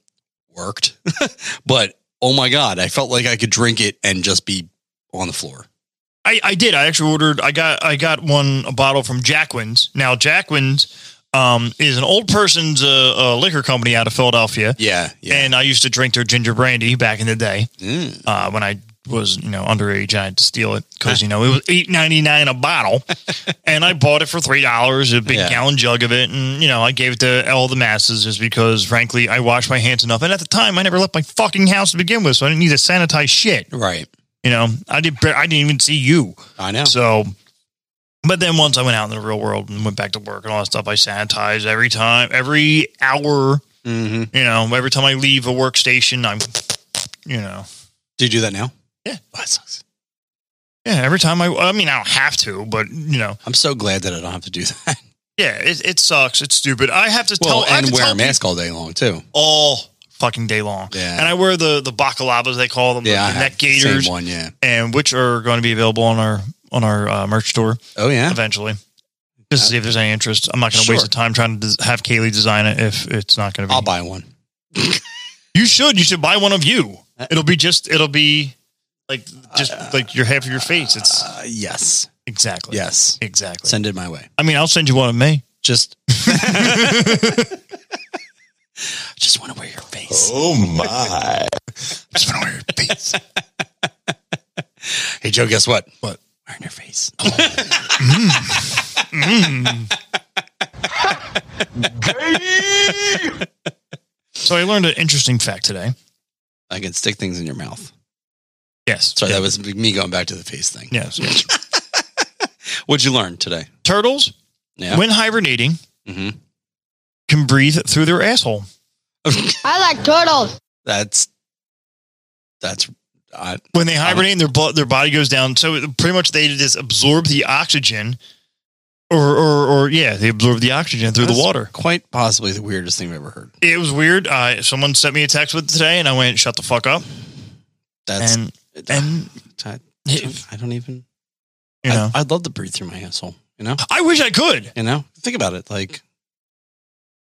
[SPEAKER 2] worked, but oh my god, I felt like I could drink it and just be on the floor.
[SPEAKER 1] I, I did. I actually ordered. I got. I got one a bottle from Jackwins. Now Jackwins um, is an old person's uh, uh, liquor company out of Philadelphia,
[SPEAKER 2] Yeah, yeah.
[SPEAKER 1] and I used to drink their ginger brandy back in the day
[SPEAKER 2] Mm.
[SPEAKER 1] uh, when I was you know underage. I had to steal it because you know it was eight ninety nine a bottle, and I bought it for three dollars, a big
[SPEAKER 2] Yeah.
[SPEAKER 1] gallon jug of it, and you know I gave it to all the masses just because frankly I washed my hands enough, and at the time I never left my fucking house to begin with, so I didn't need to sanitize shit.
[SPEAKER 2] Right.
[SPEAKER 1] You know I did. bar- I didn't even see you.
[SPEAKER 2] I know.
[SPEAKER 1] So, but then once I went out in the real world and went back to work and all that stuff, I sanitize every time, every hour,
[SPEAKER 2] mm-hmm.
[SPEAKER 1] you know, every time I leave a workstation, I'm, you know,
[SPEAKER 2] Do you do that now?
[SPEAKER 1] Yeah.
[SPEAKER 2] Oh, that sucks.
[SPEAKER 1] yeah, every time I, I mean, I don't have to, but you know,
[SPEAKER 2] I'm so glad that I don't have to do that.
[SPEAKER 1] yeah, it, it sucks. It's stupid. I have to
[SPEAKER 2] Well,
[SPEAKER 1] tell, I have
[SPEAKER 2] and
[SPEAKER 1] to
[SPEAKER 2] wear
[SPEAKER 1] tell
[SPEAKER 2] a mask all day long too.
[SPEAKER 1] people all fucking day long.
[SPEAKER 2] Yeah.
[SPEAKER 1] And I wear the, the baklava, as they call them,
[SPEAKER 2] yeah. I
[SPEAKER 1] the neck
[SPEAKER 2] have the same
[SPEAKER 1] gaiters,
[SPEAKER 2] one. Yeah.
[SPEAKER 1] and which are going to be available on our, on our uh, merch store
[SPEAKER 2] Oh yeah.
[SPEAKER 1] eventually. just to see if there's any interest. I'm not going to
[SPEAKER 2] Sure.
[SPEAKER 1] waste the time trying to des- have Kaylee design it if it's not going to be.
[SPEAKER 2] I'll buy one.
[SPEAKER 1] You should. You should buy one of you.
[SPEAKER 2] Uh,
[SPEAKER 1] It'll be just. It'll be like just like your half of your face. It's
[SPEAKER 2] Uh, yes.
[SPEAKER 1] exactly.
[SPEAKER 2] Yes.
[SPEAKER 1] Exactly.
[SPEAKER 2] Send it my way.
[SPEAKER 1] I mean, I'll send you one of me.
[SPEAKER 2] Just. I just want to wear your face.
[SPEAKER 5] Oh my.
[SPEAKER 1] Just wanna wear your face.
[SPEAKER 2] Hey, Joe, guess what?
[SPEAKER 1] What?
[SPEAKER 2] Wearing your face.
[SPEAKER 1] Mm. so I learned an interesting fact today.
[SPEAKER 2] I can stick things in your mouth.
[SPEAKER 1] Yes.
[SPEAKER 2] Sorry, that was me going back to the face thing.
[SPEAKER 1] Yes. yes.
[SPEAKER 2] What'd you learn today?
[SPEAKER 1] Turtles,
[SPEAKER 2] Yeah.
[SPEAKER 1] when hibernating,
[SPEAKER 2] Mhm.
[SPEAKER 1] can breathe through their asshole.
[SPEAKER 6] I like turtles.
[SPEAKER 2] that's that's uh, I,
[SPEAKER 1] When they hibernate, their blood, their body goes down. So it- pretty much, they just absorb the oxygen, or or, or yeah, they absorb the oxygen through
[SPEAKER 2] That's
[SPEAKER 1] the water.
[SPEAKER 2] quite possibly the weirdest thing I've ever heard.
[SPEAKER 1] It was weird. Uh, someone sent me a text with it today, and I went, "Shut the fuck up!"
[SPEAKER 2] That's
[SPEAKER 1] and and
[SPEAKER 2] I,
[SPEAKER 1] if-
[SPEAKER 2] I don't even.
[SPEAKER 1] you know, Oh.
[SPEAKER 2] I, would love to breathe through my asshole. You know.
[SPEAKER 1] I wish I could.
[SPEAKER 2] You know. Think about it. Like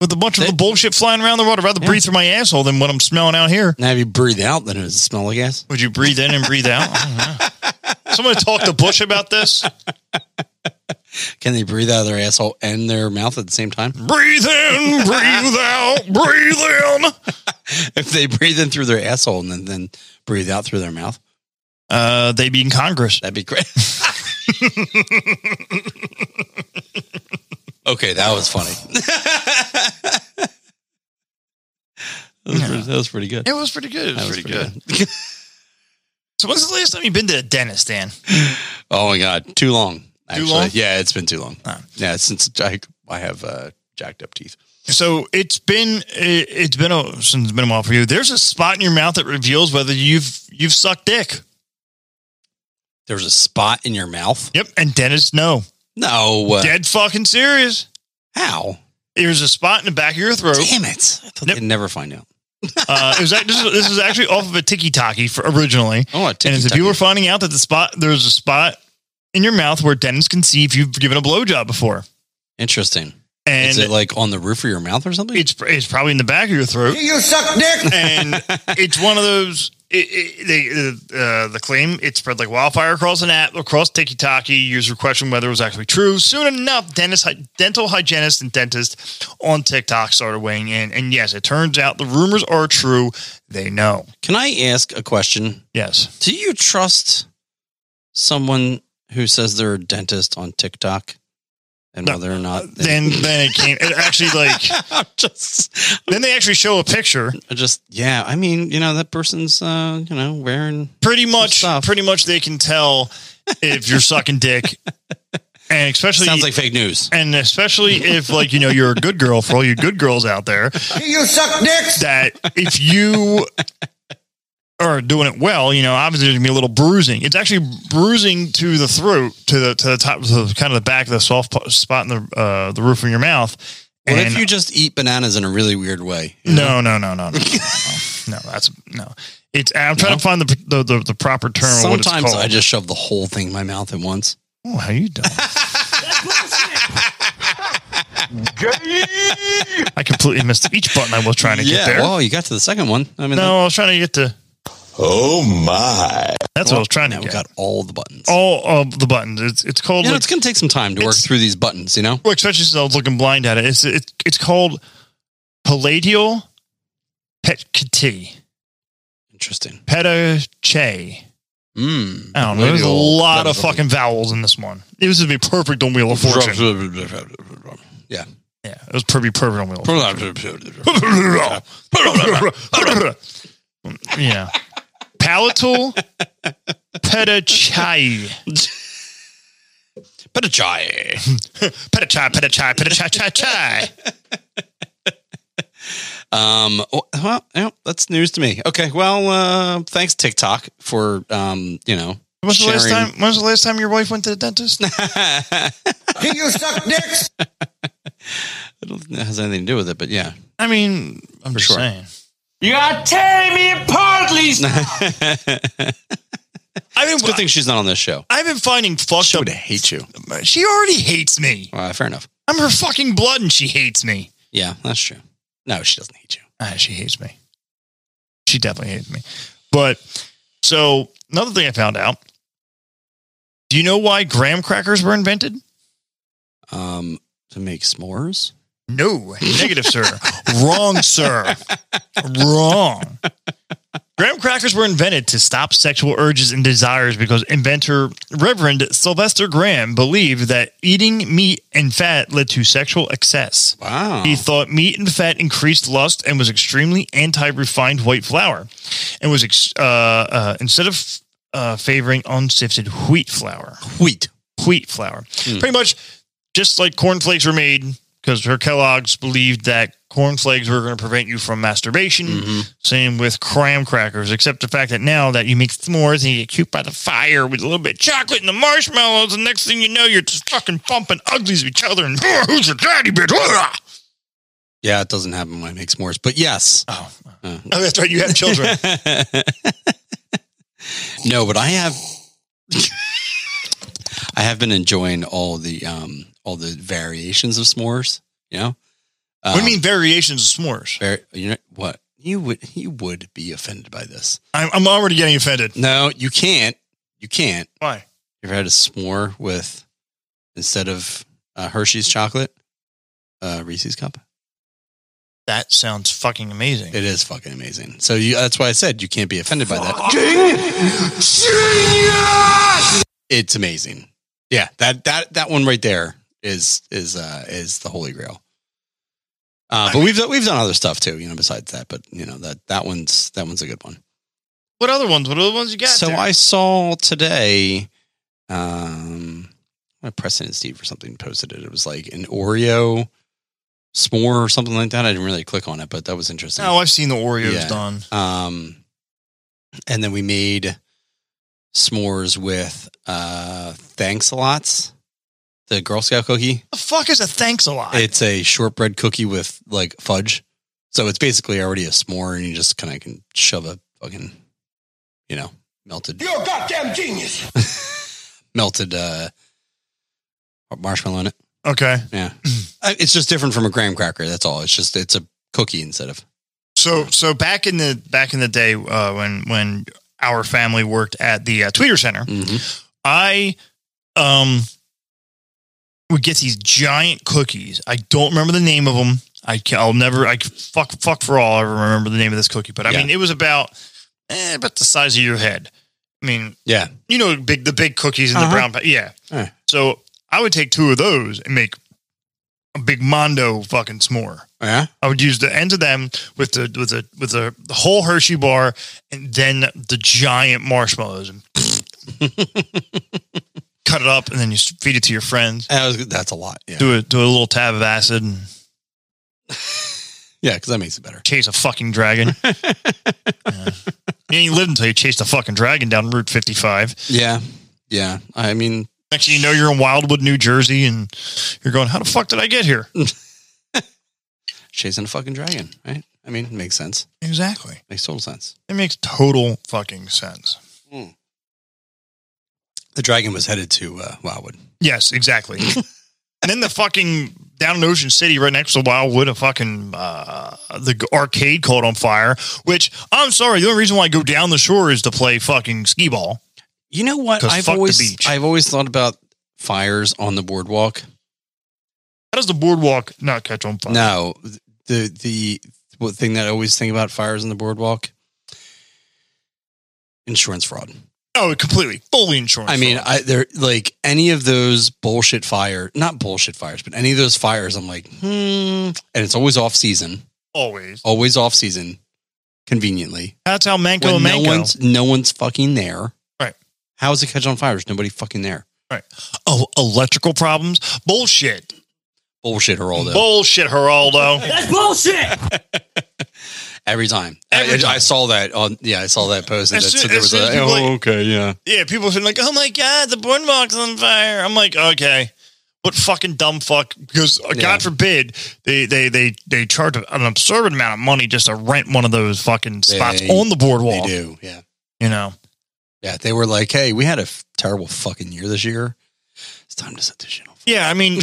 [SPEAKER 1] with a bunch of
[SPEAKER 2] They-
[SPEAKER 1] the bullshit flying around the water. I'd rather
[SPEAKER 2] Yeah.
[SPEAKER 1] breathe through my asshole than what I'm smelling out here.
[SPEAKER 2] now, if you breathe out, then it would smell like ass.
[SPEAKER 1] Would you breathe in and breathe out? I don't know. Someone talk to Bush about this.
[SPEAKER 2] Can they breathe out of their asshole and their mouth at the same time?
[SPEAKER 1] Breathe in, breathe out, breathe in.
[SPEAKER 2] If they breathe in through their asshole and then, then breathe out through their mouth,
[SPEAKER 1] Uh, they'd be in Congress.
[SPEAKER 2] that'd be great. okay, that was funny. that, was pretty, that was pretty good.
[SPEAKER 1] It was pretty good. It was,
[SPEAKER 2] That
[SPEAKER 1] pretty, good. So when's the last time you've been to a dentist, Dan?
[SPEAKER 2] Oh my god, too long. Actually,
[SPEAKER 1] long?
[SPEAKER 2] yeah, it's been too long.
[SPEAKER 1] Ah.
[SPEAKER 2] Yeah, since I I have uh, jacked up teeth.
[SPEAKER 1] So it's been it, it's been a since it's been a while for you. There's a spot in your mouth that reveals whether you've you've sucked dick.
[SPEAKER 2] There's a spot in your mouth.
[SPEAKER 1] Yep, and dentists know.
[SPEAKER 2] No, uh,
[SPEAKER 1] Dead fucking serious.
[SPEAKER 2] how?
[SPEAKER 1] There's a spot in the back of your throat.
[SPEAKER 2] Damn it! I thought
[SPEAKER 1] Nope.
[SPEAKER 2] they'd never find out.
[SPEAKER 1] Uh, it was, act- this, is, this is actually off of a Tiki Taki for originally.
[SPEAKER 2] Oh, a
[SPEAKER 1] and
[SPEAKER 2] ticky-tacky.
[SPEAKER 1] if you were finding out that the spot there's a spot in your mouth where dentists can see if you've given a blowjob before,
[SPEAKER 2] interesting.
[SPEAKER 1] and
[SPEAKER 2] Is it like on the roof of your mouth or something?
[SPEAKER 1] it's it's probably in the back of your throat,
[SPEAKER 5] You suck dick.
[SPEAKER 1] and it's one of those. It, it, they, uh, the claim it spread like wildfire across an app across Tiki Taki. Users were questioning whether it was actually true. Soon enough, dentists, dental hygienists and dentists on TikTok started weighing in, and yes, it turns out the rumors are true. They know.
[SPEAKER 2] Can I ask a question?
[SPEAKER 1] Yes.
[SPEAKER 2] Do you trust someone who says they're a dentist on TikTok? And
[SPEAKER 1] No. Uh,
[SPEAKER 2] whether or not they-
[SPEAKER 1] Then then it came. It actually like
[SPEAKER 2] I'm just
[SPEAKER 1] Then they actually show a picture.
[SPEAKER 2] I just yeah, I mean, you know, that person's uh, you know, wearing
[SPEAKER 1] Pretty much,
[SPEAKER 2] stuff.
[SPEAKER 1] pretty much, they can tell if you're sucking dick, and especially
[SPEAKER 2] sounds like fake news.
[SPEAKER 1] and especially if like you know you're a good girl for all you good girls out there
[SPEAKER 5] You suck dicks.
[SPEAKER 1] that if you are doing it well, you know obviously there's gonna be a little bruising. It's actually bruising to the throat, to the to the top, to the, kind of the back of the soft po- spot in the uh, the roof of your mouth.
[SPEAKER 2] What
[SPEAKER 1] And-
[SPEAKER 2] if you just eat bananas in a really weird way? you know?
[SPEAKER 1] No, no, no, no, no, no, no. That's no. It's. I'm trying to find the the, the, the proper term. of what it's
[SPEAKER 2] Sometimes
[SPEAKER 1] called.
[SPEAKER 2] I just shove the whole thing in my mouth at once.
[SPEAKER 1] Oh, how you doing? I completely missed the beach button I was trying to get there.
[SPEAKER 2] Well, you got to the second one. I mean,
[SPEAKER 1] No, I was trying to get to.
[SPEAKER 5] Oh my.
[SPEAKER 1] That's what I was trying to
[SPEAKER 2] now we
[SPEAKER 1] get.
[SPEAKER 2] got all the buttons.
[SPEAKER 1] All of the buttons. It's it's called.
[SPEAKER 2] you know,
[SPEAKER 1] like-
[SPEAKER 2] it's going to take some time to work
[SPEAKER 1] It's-
[SPEAKER 2] through these buttons. You know,
[SPEAKER 1] well, especially since I was looking blind at it. It's it's it's called palladial petkiti
[SPEAKER 2] interesting.
[SPEAKER 1] petache.
[SPEAKER 2] Mm.
[SPEAKER 1] I don't know. There's a
[SPEAKER 2] Palladial-
[SPEAKER 1] lot of fucking vowels in this one. It was to be perfect on Wheel of Fortune.
[SPEAKER 2] Yeah.
[SPEAKER 1] Yeah, it was pretty perfect on Wheel of Fortune. yeah. Palatal pedachai.
[SPEAKER 2] But a chai.
[SPEAKER 1] Pedachai, pedachai, pedachai, chai, chai.
[SPEAKER 2] Um, well, well, yeah, that's news to me. Okay. Well, uh, thanks TikTok for um, you know,
[SPEAKER 1] When's the last
[SPEAKER 2] sharing-
[SPEAKER 1] time? When's the last time your wife went to the dentist?
[SPEAKER 5] You suck dicks.
[SPEAKER 2] I don't think that has anything to do with it, but yeah.
[SPEAKER 1] I mean, I'm just
[SPEAKER 2] sure.
[SPEAKER 1] saying.
[SPEAKER 4] You are tearing me apart, Lisa.
[SPEAKER 1] I
[SPEAKER 2] It's a good thing she's not on this show.
[SPEAKER 1] I've been finding fucked
[SPEAKER 2] She
[SPEAKER 1] up.
[SPEAKER 2] would hate you.
[SPEAKER 1] She already hates me.
[SPEAKER 2] Uh, fair enough.
[SPEAKER 1] I'm her fucking blood, and she hates me.
[SPEAKER 2] Yeah, that's true. No, she doesn't hate you.
[SPEAKER 1] Ah, she hates me. She definitely hates me. But so another thing I found out. Do you know why graham crackers were invented?
[SPEAKER 2] Um, to make s'mores.
[SPEAKER 1] No, negative, sir. Wrong, sir. Wrong. Graham crackers were invented to stop sexual urges and desires because inventor Reverend Sylvester Graham believed that eating meat and fat led to sexual excess.
[SPEAKER 2] Wow.
[SPEAKER 1] He thought meat and fat increased lust and was extremely anti refined white flour and was ex- uh, uh, instead of uh, favoring unsifted wheat flour
[SPEAKER 2] Wheat.
[SPEAKER 1] wheat flour. Pretty much just like cornflakes were made because her Kellogg's believed that cornflakes were going to prevent you from masturbation. Same with graham crackers, except the fact that now that you make s'mores and you get cute by the fire with a little bit of chocolate and the marshmallows, and next thing you know, you're just fucking bumping uglies of each other and "Oh, who's your daddy bitch?
[SPEAKER 2] Yeah, it doesn't happen when I make s'mores, but yes.
[SPEAKER 1] Oh, that's right. You have
[SPEAKER 2] Uh-huh.
[SPEAKER 1] children.
[SPEAKER 2] No, but I have. I have been enjoying all the um all the variations of s'mores. You know. Um,
[SPEAKER 1] what do you mean variations of s'mores?
[SPEAKER 2] var- you know what? You would you would be offended by this?
[SPEAKER 1] I'm, I'm already getting offended.
[SPEAKER 2] No, you can't. You can't.
[SPEAKER 1] Why?
[SPEAKER 2] You ever had a s'more with instead of uh, Hershey's chocolate, uh, Reese's cup?
[SPEAKER 1] That sounds fucking amazing.
[SPEAKER 2] It is fucking amazing. So you, that's why I said you can't be offended by that. It's amazing. Yeah, that that that one right there is is uh is the holy grail. Uh, but we've done, we've done other stuff too, you know, besides that. But you know that that one's that one's a good one.
[SPEAKER 1] what other ones? What other ones you got?
[SPEAKER 2] so
[SPEAKER 1] there?
[SPEAKER 2] I saw today, um, my Preston and Steve or something posted it. It was like an Oreo s'more or something like that. I didn't really click on it, but that was interesting.
[SPEAKER 1] Oh, I've seen the Oreos
[SPEAKER 2] Yeah.
[SPEAKER 1] done.
[SPEAKER 2] Um, and then we made s'mores with uh, thanks a lots, the Girl Scout cookie.
[SPEAKER 1] The fuck is a thanks a lot?
[SPEAKER 2] It's a shortbread cookie with like fudge. So it's basically already a s'more, and you just kind of can shove a fucking, you know, melted
[SPEAKER 5] You're a goddamn genius.
[SPEAKER 2] melted uh, marshmallow in it.
[SPEAKER 1] okay.
[SPEAKER 2] Yeah, Uh, it's just different from a graham cracker. That's all. It's just it's a cookie instead of
[SPEAKER 1] So so back in the back in the day uh, when when our family worked at the uh, Tweeter Center,
[SPEAKER 2] Mm-hmm.
[SPEAKER 1] I um would get these giant cookies. I don't remember the name of them. I can, I'll never. I fuck fuck for all. I remember the name of this cookie, but I
[SPEAKER 2] Yeah.
[SPEAKER 1] mean it was about eh, about the size of your head. I mean,
[SPEAKER 2] yeah.
[SPEAKER 1] you know, big the big cookies and
[SPEAKER 2] Uh-huh.
[SPEAKER 1] the brown. pa- Yeah.
[SPEAKER 2] Yeah.
[SPEAKER 1] So I would take two of those and make a big mondo fucking s'more.
[SPEAKER 2] Yeah,
[SPEAKER 1] I would use the ends of them with the with the with the, the whole Hershey bar and then the giant marshmallows and cut it up and then you s- feed it to your friends.
[SPEAKER 2] that was, that's a lot. Yeah,
[SPEAKER 1] Do a do a little tab of acid and
[SPEAKER 2] yeah, because that makes it better.
[SPEAKER 1] chase a fucking dragon. yeah. You ain't lived until you chased a fucking dragon down Route 55.
[SPEAKER 2] Yeah, yeah. I mean,
[SPEAKER 1] Next thing you know, you're in Wildwood, New Jersey, and you're going, "How the fuck did I get here?"
[SPEAKER 2] chasing a fucking dragon, right? I mean, it makes sense.
[SPEAKER 1] Exactly.
[SPEAKER 2] Makes total sense.
[SPEAKER 1] It makes total fucking sense.
[SPEAKER 2] The dragon was headed to uh, Wildwood.
[SPEAKER 1] Yes, exactly. and then the fucking down in Ocean City, right next to Wildwood, a fucking uh, the g- arcade caught on fire. Which I'm sorry, the only reason why I go down the shore is to play fucking skee ball.
[SPEAKER 2] You know what?
[SPEAKER 1] 'Cause
[SPEAKER 2] I've
[SPEAKER 1] fuck the
[SPEAKER 2] always
[SPEAKER 1] beach.
[SPEAKER 2] I've always thought about fires on the boardwalk.
[SPEAKER 1] How does the boardwalk not catch on fire?
[SPEAKER 2] No, the the what thing that I always think about fires on the boardwalk. Insurance fraud.
[SPEAKER 1] Oh, completely, fully insurance.
[SPEAKER 2] I mean,
[SPEAKER 1] fraud.
[SPEAKER 2] I there like any of those bullshit fire, not bullshit fires, but any of those fires. I'm like, hmm, and it's always off season,
[SPEAKER 1] always.
[SPEAKER 2] always off season, conveniently.
[SPEAKER 1] That's how Manco and
[SPEAKER 2] when no
[SPEAKER 1] Manco.
[SPEAKER 2] one's no one's fucking there.
[SPEAKER 1] Right.
[SPEAKER 2] How is it catch on fire? There's nobody fucking there.
[SPEAKER 1] oh, electrical problems. Bullshit.
[SPEAKER 2] Bullshit, Geraldo.
[SPEAKER 1] Bullshit, Geraldo.
[SPEAKER 2] Every time.
[SPEAKER 1] Every
[SPEAKER 2] I,
[SPEAKER 1] time.
[SPEAKER 2] I saw that on yeah, I saw that post and
[SPEAKER 1] As
[SPEAKER 2] that, so
[SPEAKER 1] soon-
[SPEAKER 2] there
[SPEAKER 1] as
[SPEAKER 2] was
[SPEAKER 1] soon as
[SPEAKER 2] a,
[SPEAKER 1] people,
[SPEAKER 2] oh,
[SPEAKER 1] like-
[SPEAKER 2] okay, yeah.
[SPEAKER 1] Yeah, people have been like, "Oh my god, the boardwalk's on fire." I'm like, "Okay, what fucking dumb fuck?" Because uh,
[SPEAKER 2] Yeah.
[SPEAKER 1] God forbid they they they they charge an absurd amount of money just to rent one of those fucking spots
[SPEAKER 2] They-
[SPEAKER 1] on the
[SPEAKER 2] They
[SPEAKER 1] boardwalk.
[SPEAKER 2] do, yeah.
[SPEAKER 1] You know,
[SPEAKER 2] Yeah, they were like, "Hey, we had a f- terrible fucking year this year. It's time to set this shit off."
[SPEAKER 1] Yeah, I mean the,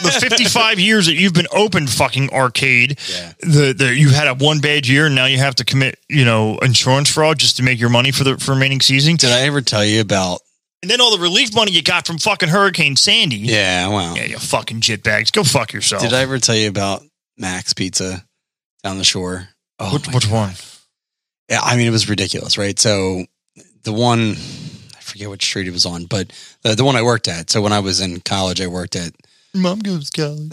[SPEAKER 1] the, the 55 years that you've been open fucking arcade,
[SPEAKER 2] Yeah.
[SPEAKER 1] the, the you've had a one bad year and now you have to commit, you know, insurance fraud just to make your money for the for remaining season.
[SPEAKER 2] Did I ever tell you about?
[SPEAKER 1] And then all the relief money you got from fucking Hurricane Sandy.
[SPEAKER 2] Yeah, wow.
[SPEAKER 1] Yeah, you fucking jitbags. Go fuck yourself.
[SPEAKER 2] Did I ever tell you about Max Pizza down the shore? Oh,
[SPEAKER 1] Which,
[SPEAKER 2] my
[SPEAKER 1] which one?
[SPEAKER 2] Yeah, I mean, it was ridiculous, right? So the one, I forget which street it was on, but the, the one I worked at. So when I was in college, I worked at,
[SPEAKER 1] Mom goes college.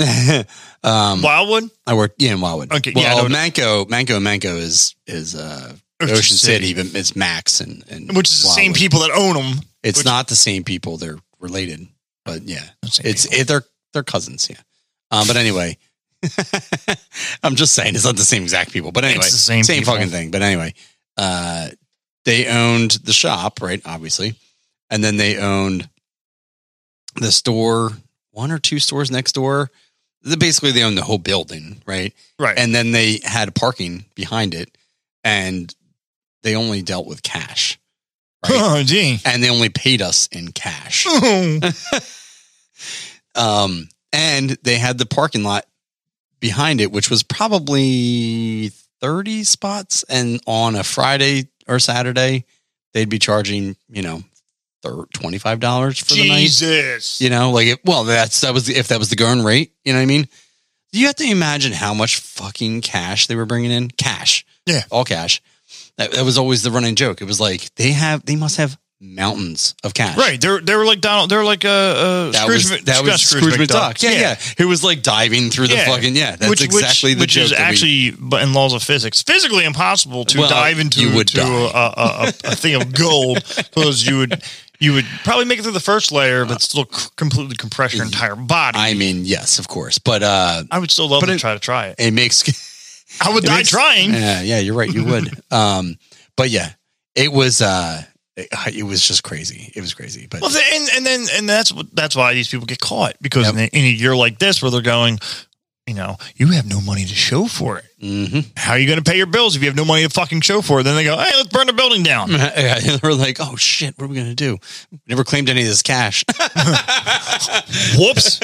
[SPEAKER 2] um,
[SPEAKER 1] Wildwood?
[SPEAKER 2] I worked, yeah, in Wildwood.
[SPEAKER 1] Okay, yeah, I
[SPEAKER 2] Well,
[SPEAKER 1] know-
[SPEAKER 2] Manco, Manco, Manco is, is, uh,
[SPEAKER 1] Ocean
[SPEAKER 2] Ocean, City.
[SPEAKER 1] City.
[SPEAKER 2] but it's Max and, and
[SPEAKER 1] Which is the same
[SPEAKER 2] Wildwood.
[SPEAKER 1] people that own them.
[SPEAKER 2] It's
[SPEAKER 1] which-
[SPEAKER 2] not the same people. They're related, but yeah, it's, it, they're, they're cousins. Yeah. Um, but anyway, I'm just saying it's not the same exact people, but anyway,
[SPEAKER 1] It's the same people.
[SPEAKER 2] fucking thing. But anyway, uh, they owned the shop, right? Obviously. And then they owned the store, one or two stores next door. They basically, they owned the whole building, right?
[SPEAKER 1] right.
[SPEAKER 2] And then they had parking behind it and they only dealt with cash. Right?
[SPEAKER 1] oh, gee.
[SPEAKER 2] and they only paid us in cash.
[SPEAKER 1] Oh,
[SPEAKER 2] Um, and they had the parking lot behind it, which was probably 30 spots. And on a Friday or Saturday, they'd be charging, you know, thir- $25 for the night.
[SPEAKER 1] Jesus.
[SPEAKER 2] You know, like, if, well, that's, that was, the, if that was the going rate, you know what I mean? You have to imagine how much fucking cash they were bringing in. Cash.
[SPEAKER 1] Yeah.
[SPEAKER 2] All cash. That, that was always the running joke. It was like, they have, they must have mountains of cash.
[SPEAKER 1] Right. They were, they were like Donald. They were like uh, uh,
[SPEAKER 2] That
[SPEAKER 1] Scrooge,
[SPEAKER 2] was
[SPEAKER 1] Mc-
[SPEAKER 2] that
[SPEAKER 1] not
[SPEAKER 2] was Scrooge McDuck. Yeah, yeah,
[SPEAKER 1] Yeah.
[SPEAKER 2] Who was like diving through the
[SPEAKER 1] Yeah.
[SPEAKER 2] fucking yeah. That's exactly the
[SPEAKER 1] which
[SPEAKER 2] joke.
[SPEAKER 1] is
[SPEAKER 2] that we-
[SPEAKER 1] actually, but in laws of physics, physically impossible to
[SPEAKER 2] Well,
[SPEAKER 1] dive into
[SPEAKER 2] you would
[SPEAKER 1] to a,
[SPEAKER 2] die.
[SPEAKER 1] a, a, a thing of gold because you would you would probably make it through the first layer, but still c- completely compress your entire body. I,
[SPEAKER 2] I mean, yes, of course, but uh,
[SPEAKER 1] would still love
[SPEAKER 2] but
[SPEAKER 1] to
[SPEAKER 2] it-
[SPEAKER 1] try to try it.
[SPEAKER 2] it makes
[SPEAKER 1] I would
[SPEAKER 2] it
[SPEAKER 1] die
[SPEAKER 2] makes-
[SPEAKER 1] trying.
[SPEAKER 2] Yeah, yeah, you're right. You would. um, but yeah, it was uh, it, it was just crazy. It was crazy. But
[SPEAKER 1] Well, th- and and then and that's what that's why these people get caught because
[SPEAKER 2] Yep.
[SPEAKER 1] in, a, in a year like this where they're going, you know, you have no money to show for it.
[SPEAKER 2] Mhm.
[SPEAKER 1] How are you going to pay your bills if you have no money to fucking show for it? Then they go, hey, let's burn the building down.
[SPEAKER 2] Yeah, they we're like, oh shit, what are we gonna do? We never claimed any of this cash.
[SPEAKER 1] Whoops.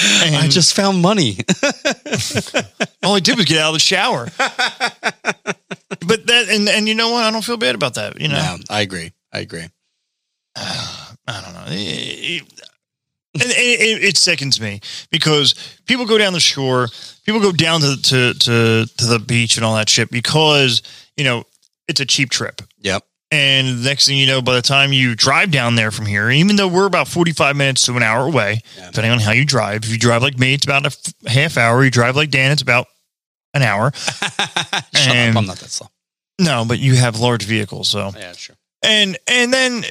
[SPEAKER 2] I
[SPEAKER 1] and
[SPEAKER 2] just found money.
[SPEAKER 1] all I did was get out of the shower. but that and and you know what? I don't feel bad about that. You know,
[SPEAKER 2] no, I agree. I agree.
[SPEAKER 1] I don't know. It- it- and it, it, it sickens me because people go down the shore, people go down to, to to to the beach and all that shit because you know it's a cheap trip.
[SPEAKER 2] Yep.
[SPEAKER 1] And the next thing you know, by the time you drive down there from here, even though we're about 45 minutes to an hour away,
[SPEAKER 2] Yeah.
[SPEAKER 1] depending on how you drive, if you drive like me, it's about a f- half hour. You drive like Dan, it's about an hour.
[SPEAKER 2] Shut
[SPEAKER 1] And-
[SPEAKER 2] up. I'm not that slow.
[SPEAKER 1] No, but you have large vehicles, so
[SPEAKER 2] Yeah, sure.
[SPEAKER 1] and and then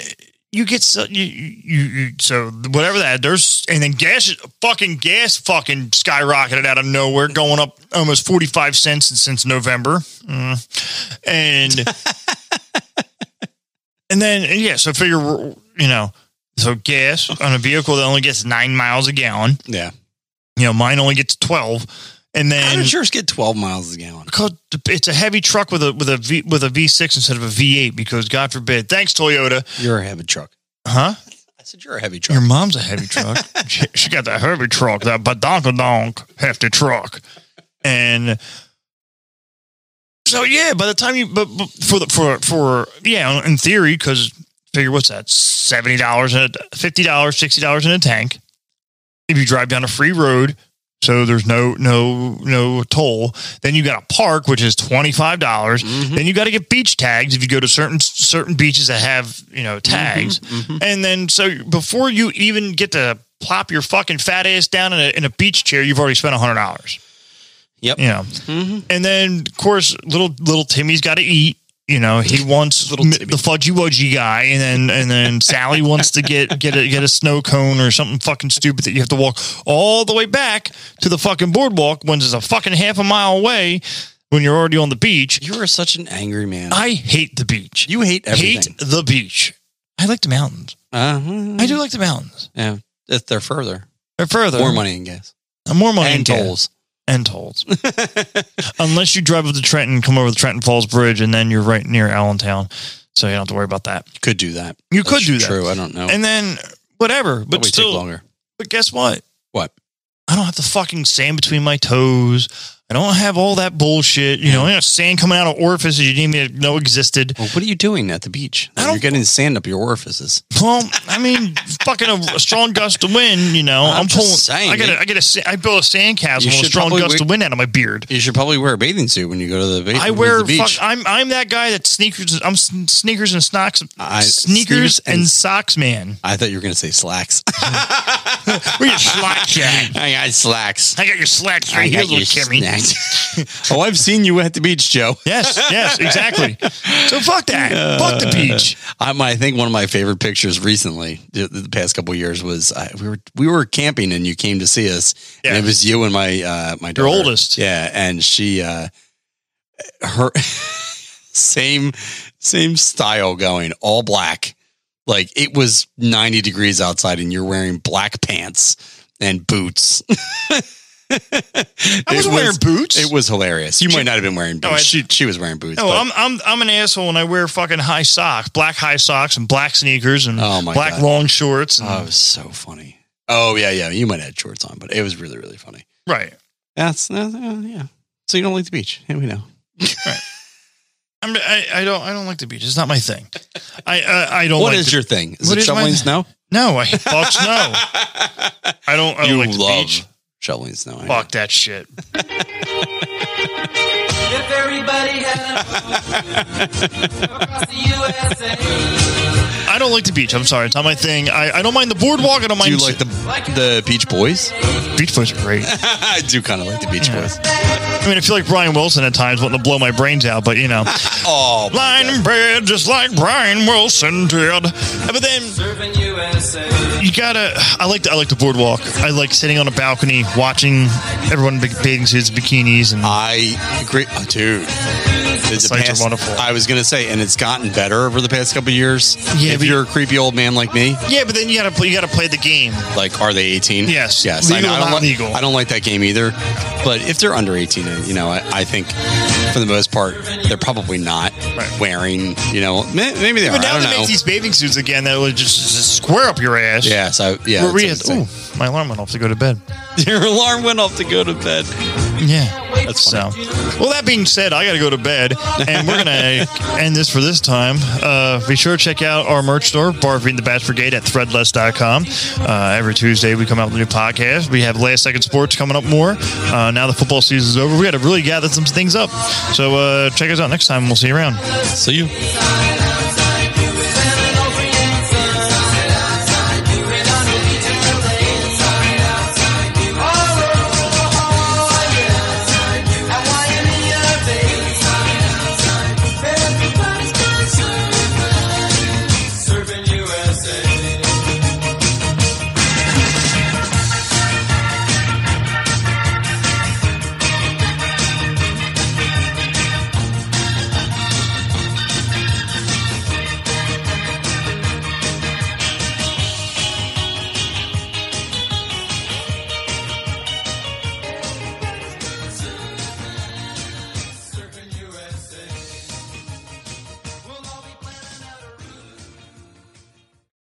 [SPEAKER 1] you get so you you, you so whatever that there's and then gas is- fucking gas fucking skyrocketed out of nowhere going up almost 45 cents since November Mm. and and then yeah so figure we're- you know so gas on a vehicle that only gets 9 miles a gallon
[SPEAKER 2] Yeah.
[SPEAKER 1] you know mine only gets 12 and then
[SPEAKER 2] How did yours get 12 miles a gallon?
[SPEAKER 1] because it's a heavy truck with a with a v with a V6 instead of a V8 because God forbid. Thanks Toyota,
[SPEAKER 2] You're a heavy truck.
[SPEAKER 1] huh?
[SPEAKER 2] I said you're a heavy truck.
[SPEAKER 1] Your mom's a heavy truck. she, she got that heavy truck, that badonkadonk hefty truck, and so yeah. By the time you but, but for the for for yeah, in theory, because figure what's that seventy dollars and fifty dollars, sixty dollars in a tank if you drive down a free road. So there's no no no toll. Then you got a park, which is twenty five dollars. Then you got to get beach tags if you go to certain certain beaches that have you know tags. And then so before you even get to plop your fucking fat ass down in a, in a beach chair, you've already spent hundred dollars.
[SPEAKER 2] Yep.
[SPEAKER 1] You know. And then of course little little Timmy's got to eat. You know he wants
[SPEAKER 2] Little
[SPEAKER 1] m-
[SPEAKER 2] Timmy.
[SPEAKER 1] the fudgy wudgy guy, and then and then Sally wants to get get a get a snow cone or something fucking stupid that you have to walk all the way back to the fucking boardwalk when it's a fucking half a mile away when you're already on the beach.
[SPEAKER 2] You are such an angry man.
[SPEAKER 1] I hate the beach.
[SPEAKER 2] you hate everything.
[SPEAKER 1] hate the beach. I like the mountains.
[SPEAKER 2] Uh,
[SPEAKER 1] I do like the mountains.
[SPEAKER 2] Yeah, if they're further,
[SPEAKER 1] Or further, Oh,
[SPEAKER 2] more money in gas
[SPEAKER 1] More money
[SPEAKER 2] and
[SPEAKER 1] in gas.
[SPEAKER 2] tolls.
[SPEAKER 1] and tolls. Unless you drive up to Trenton, come over the Trenton Falls Bridge, and then you're right near Allentown. So you don't have to worry about that.
[SPEAKER 2] Could do that.
[SPEAKER 1] You could do that.
[SPEAKER 2] True. I don't know.
[SPEAKER 1] And then whatever. But
[SPEAKER 2] That would take
[SPEAKER 1] still,
[SPEAKER 2] longer.
[SPEAKER 1] but guess what?
[SPEAKER 2] What?
[SPEAKER 1] I don't have the fucking sand between my toes. I don't have all that bullshit. You know, I got sand coming out of orifices you didn't even know existed.
[SPEAKER 2] Well, what are you doing at the beach?
[SPEAKER 1] I
[SPEAKER 2] You're
[SPEAKER 1] don't-
[SPEAKER 2] getting sand up your orifices.
[SPEAKER 1] Well, I mean, fucking a, a strong gust of wind. You know,
[SPEAKER 2] I'm
[SPEAKER 1] I'm,
[SPEAKER 2] just
[SPEAKER 1] pulling.
[SPEAKER 2] saying,
[SPEAKER 1] I got.
[SPEAKER 2] you-
[SPEAKER 1] a- I got a. sa- I built a sandcastle with
[SPEAKER 2] You
[SPEAKER 1] a
[SPEAKER 2] should
[SPEAKER 1] strong
[SPEAKER 2] probably
[SPEAKER 1] gust
[SPEAKER 2] wear-
[SPEAKER 1] of wind out of my beard.
[SPEAKER 2] You should probably wear a bathing suit when you go to the, ba-
[SPEAKER 1] I wear.
[SPEAKER 2] the
[SPEAKER 1] Fuck,
[SPEAKER 2] beach.
[SPEAKER 1] I'm. I'm that guy that sneakers. I'm sn- sneakers and snocks.
[SPEAKER 2] I-
[SPEAKER 1] sneakers
[SPEAKER 2] sneakers and-
[SPEAKER 1] and, socks, man.
[SPEAKER 2] I thought you were going to say slacks.
[SPEAKER 1] Where your slack jack?
[SPEAKER 2] I got slacks.
[SPEAKER 1] I got your slacks right here, little Kimmy.
[SPEAKER 2] snacks. oh, I've seen you at the beach, Joe.
[SPEAKER 1] Yes, yes, exactly. So fuck that. fuck the beach.
[SPEAKER 2] I, my, I think one of my favorite pictures recently, the, the past couple of years, was I, we were we were camping and you came to see us,
[SPEAKER 1] Yeah.
[SPEAKER 2] and it was you and my uh, my
[SPEAKER 1] Your
[SPEAKER 2] daughter.
[SPEAKER 1] oldest.
[SPEAKER 2] yeah, and she uh, her same same style going all black, like it was ninety degrees outside, and you're wearing black pants and boots.
[SPEAKER 1] I
[SPEAKER 2] It
[SPEAKER 1] wasn't wearing
[SPEAKER 2] was-
[SPEAKER 1] boots.
[SPEAKER 2] It was hilarious. You might not have been wearing
[SPEAKER 1] No,
[SPEAKER 2] boots.
[SPEAKER 1] I-
[SPEAKER 2] she, she was wearing boots.
[SPEAKER 1] No,
[SPEAKER 2] but-
[SPEAKER 1] I'm I'm I'm an asshole and I wear fucking high socks, black high socks and black sneakers and
[SPEAKER 2] Oh my
[SPEAKER 1] black
[SPEAKER 2] God.
[SPEAKER 1] long shorts. and-
[SPEAKER 2] Oh, it was so funny. Oh yeah, yeah. You might have had shorts on, but it was really, really funny.
[SPEAKER 1] right.
[SPEAKER 2] That's uh, uh, yeah. So you don't like the beach? Yeah, we know.
[SPEAKER 1] I'm, I I don't I don't like the beach. It's not my thing. I I, I don't.
[SPEAKER 2] What
[SPEAKER 1] like
[SPEAKER 2] is
[SPEAKER 1] the-
[SPEAKER 2] your thing? Is
[SPEAKER 1] what
[SPEAKER 2] it
[SPEAKER 1] is my
[SPEAKER 2] shoveling
[SPEAKER 1] thing?
[SPEAKER 2] snow?
[SPEAKER 1] no? I fuck no. I don't. I don't
[SPEAKER 2] you
[SPEAKER 1] like the
[SPEAKER 2] love
[SPEAKER 1] beach.
[SPEAKER 2] shoveling snow. eh? I know.
[SPEAKER 1] Fuck that shit.
[SPEAKER 7] If everybody had a vote across the USA,
[SPEAKER 1] I don't like the beach. I'm sorry. It's not my thing. I, I don't mind the boardwalk. I don't
[SPEAKER 2] Do
[SPEAKER 1] mind
[SPEAKER 2] you like the the Beach Boys?
[SPEAKER 1] beach boys are great.
[SPEAKER 2] I do kind of like the Beach Boys.
[SPEAKER 1] I mean, I feel like Brian Wilson at times wanting to blow my brains out, but you know,
[SPEAKER 2] Oh, my
[SPEAKER 1] lying in
[SPEAKER 2] God.
[SPEAKER 1] bed just like Brian Wilson did. But then
[SPEAKER 7] serving USA.
[SPEAKER 1] you gotta i like the, i like the boardwalk i like sitting on a balcony watching everyone in bathing suits bikinis
[SPEAKER 2] Ah.
[SPEAKER 1] and
[SPEAKER 2] I agree, oh, dude. The
[SPEAKER 1] Sights are
[SPEAKER 2] past-
[SPEAKER 1] wonderful.
[SPEAKER 2] I was gonna say, and it's gotten better over the past couple of years.
[SPEAKER 1] Yeah,
[SPEAKER 2] if
[SPEAKER 1] but-
[SPEAKER 2] you're a creepy old man like me,
[SPEAKER 1] yeah but then you gotta play you gotta play the game
[SPEAKER 2] like are they 18
[SPEAKER 1] Yes.
[SPEAKER 2] yes
[SPEAKER 1] Legal,
[SPEAKER 2] I, I
[SPEAKER 1] not
[SPEAKER 2] don't like,
[SPEAKER 1] legal.
[SPEAKER 2] I don't like that game either but if they're under 18 and, you know I, I think for the most part they're probably not
[SPEAKER 1] Right.
[SPEAKER 2] wearing you know may- maybe they are
[SPEAKER 1] but now
[SPEAKER 2] I
[SPEAKER 1] they
[SPEAKER 2] don't know
[SPEAKER 1] make these bathing suits again that would just, just square up your ass
[SPEAKER 2] yeah so yeah
[SPEAKER 1] Where
[SPEAKER 2] that's
[SPEAKER 1] we
[SPEAKER 2] what
[SPEAKER 1] had,
[SPEAKER 2] I'm
[SPEAKER 1] ooh, my alarm went off to go to bed
[SPEAKER 2] saying. your alarm went off to go to bed
[SPEAKER 1] yeah
[SPEAKER 2] that's
[SPEAKER 1] so
[SPEAKER 2] funny.
[SPEAKER 1] well that being said i gotta go to bed and we're gonna end this for this time uh, be sure to check out our merch store barfing the bass brigade at threadless.com uh, every tuesday we come out with a new podcast we have last second sports coming up more uh, now the football season is over we gotta really gather some things up so uh, check us out next time we'll see you around
[SPEAKER 2] so you
[SPEAKER 7] Silent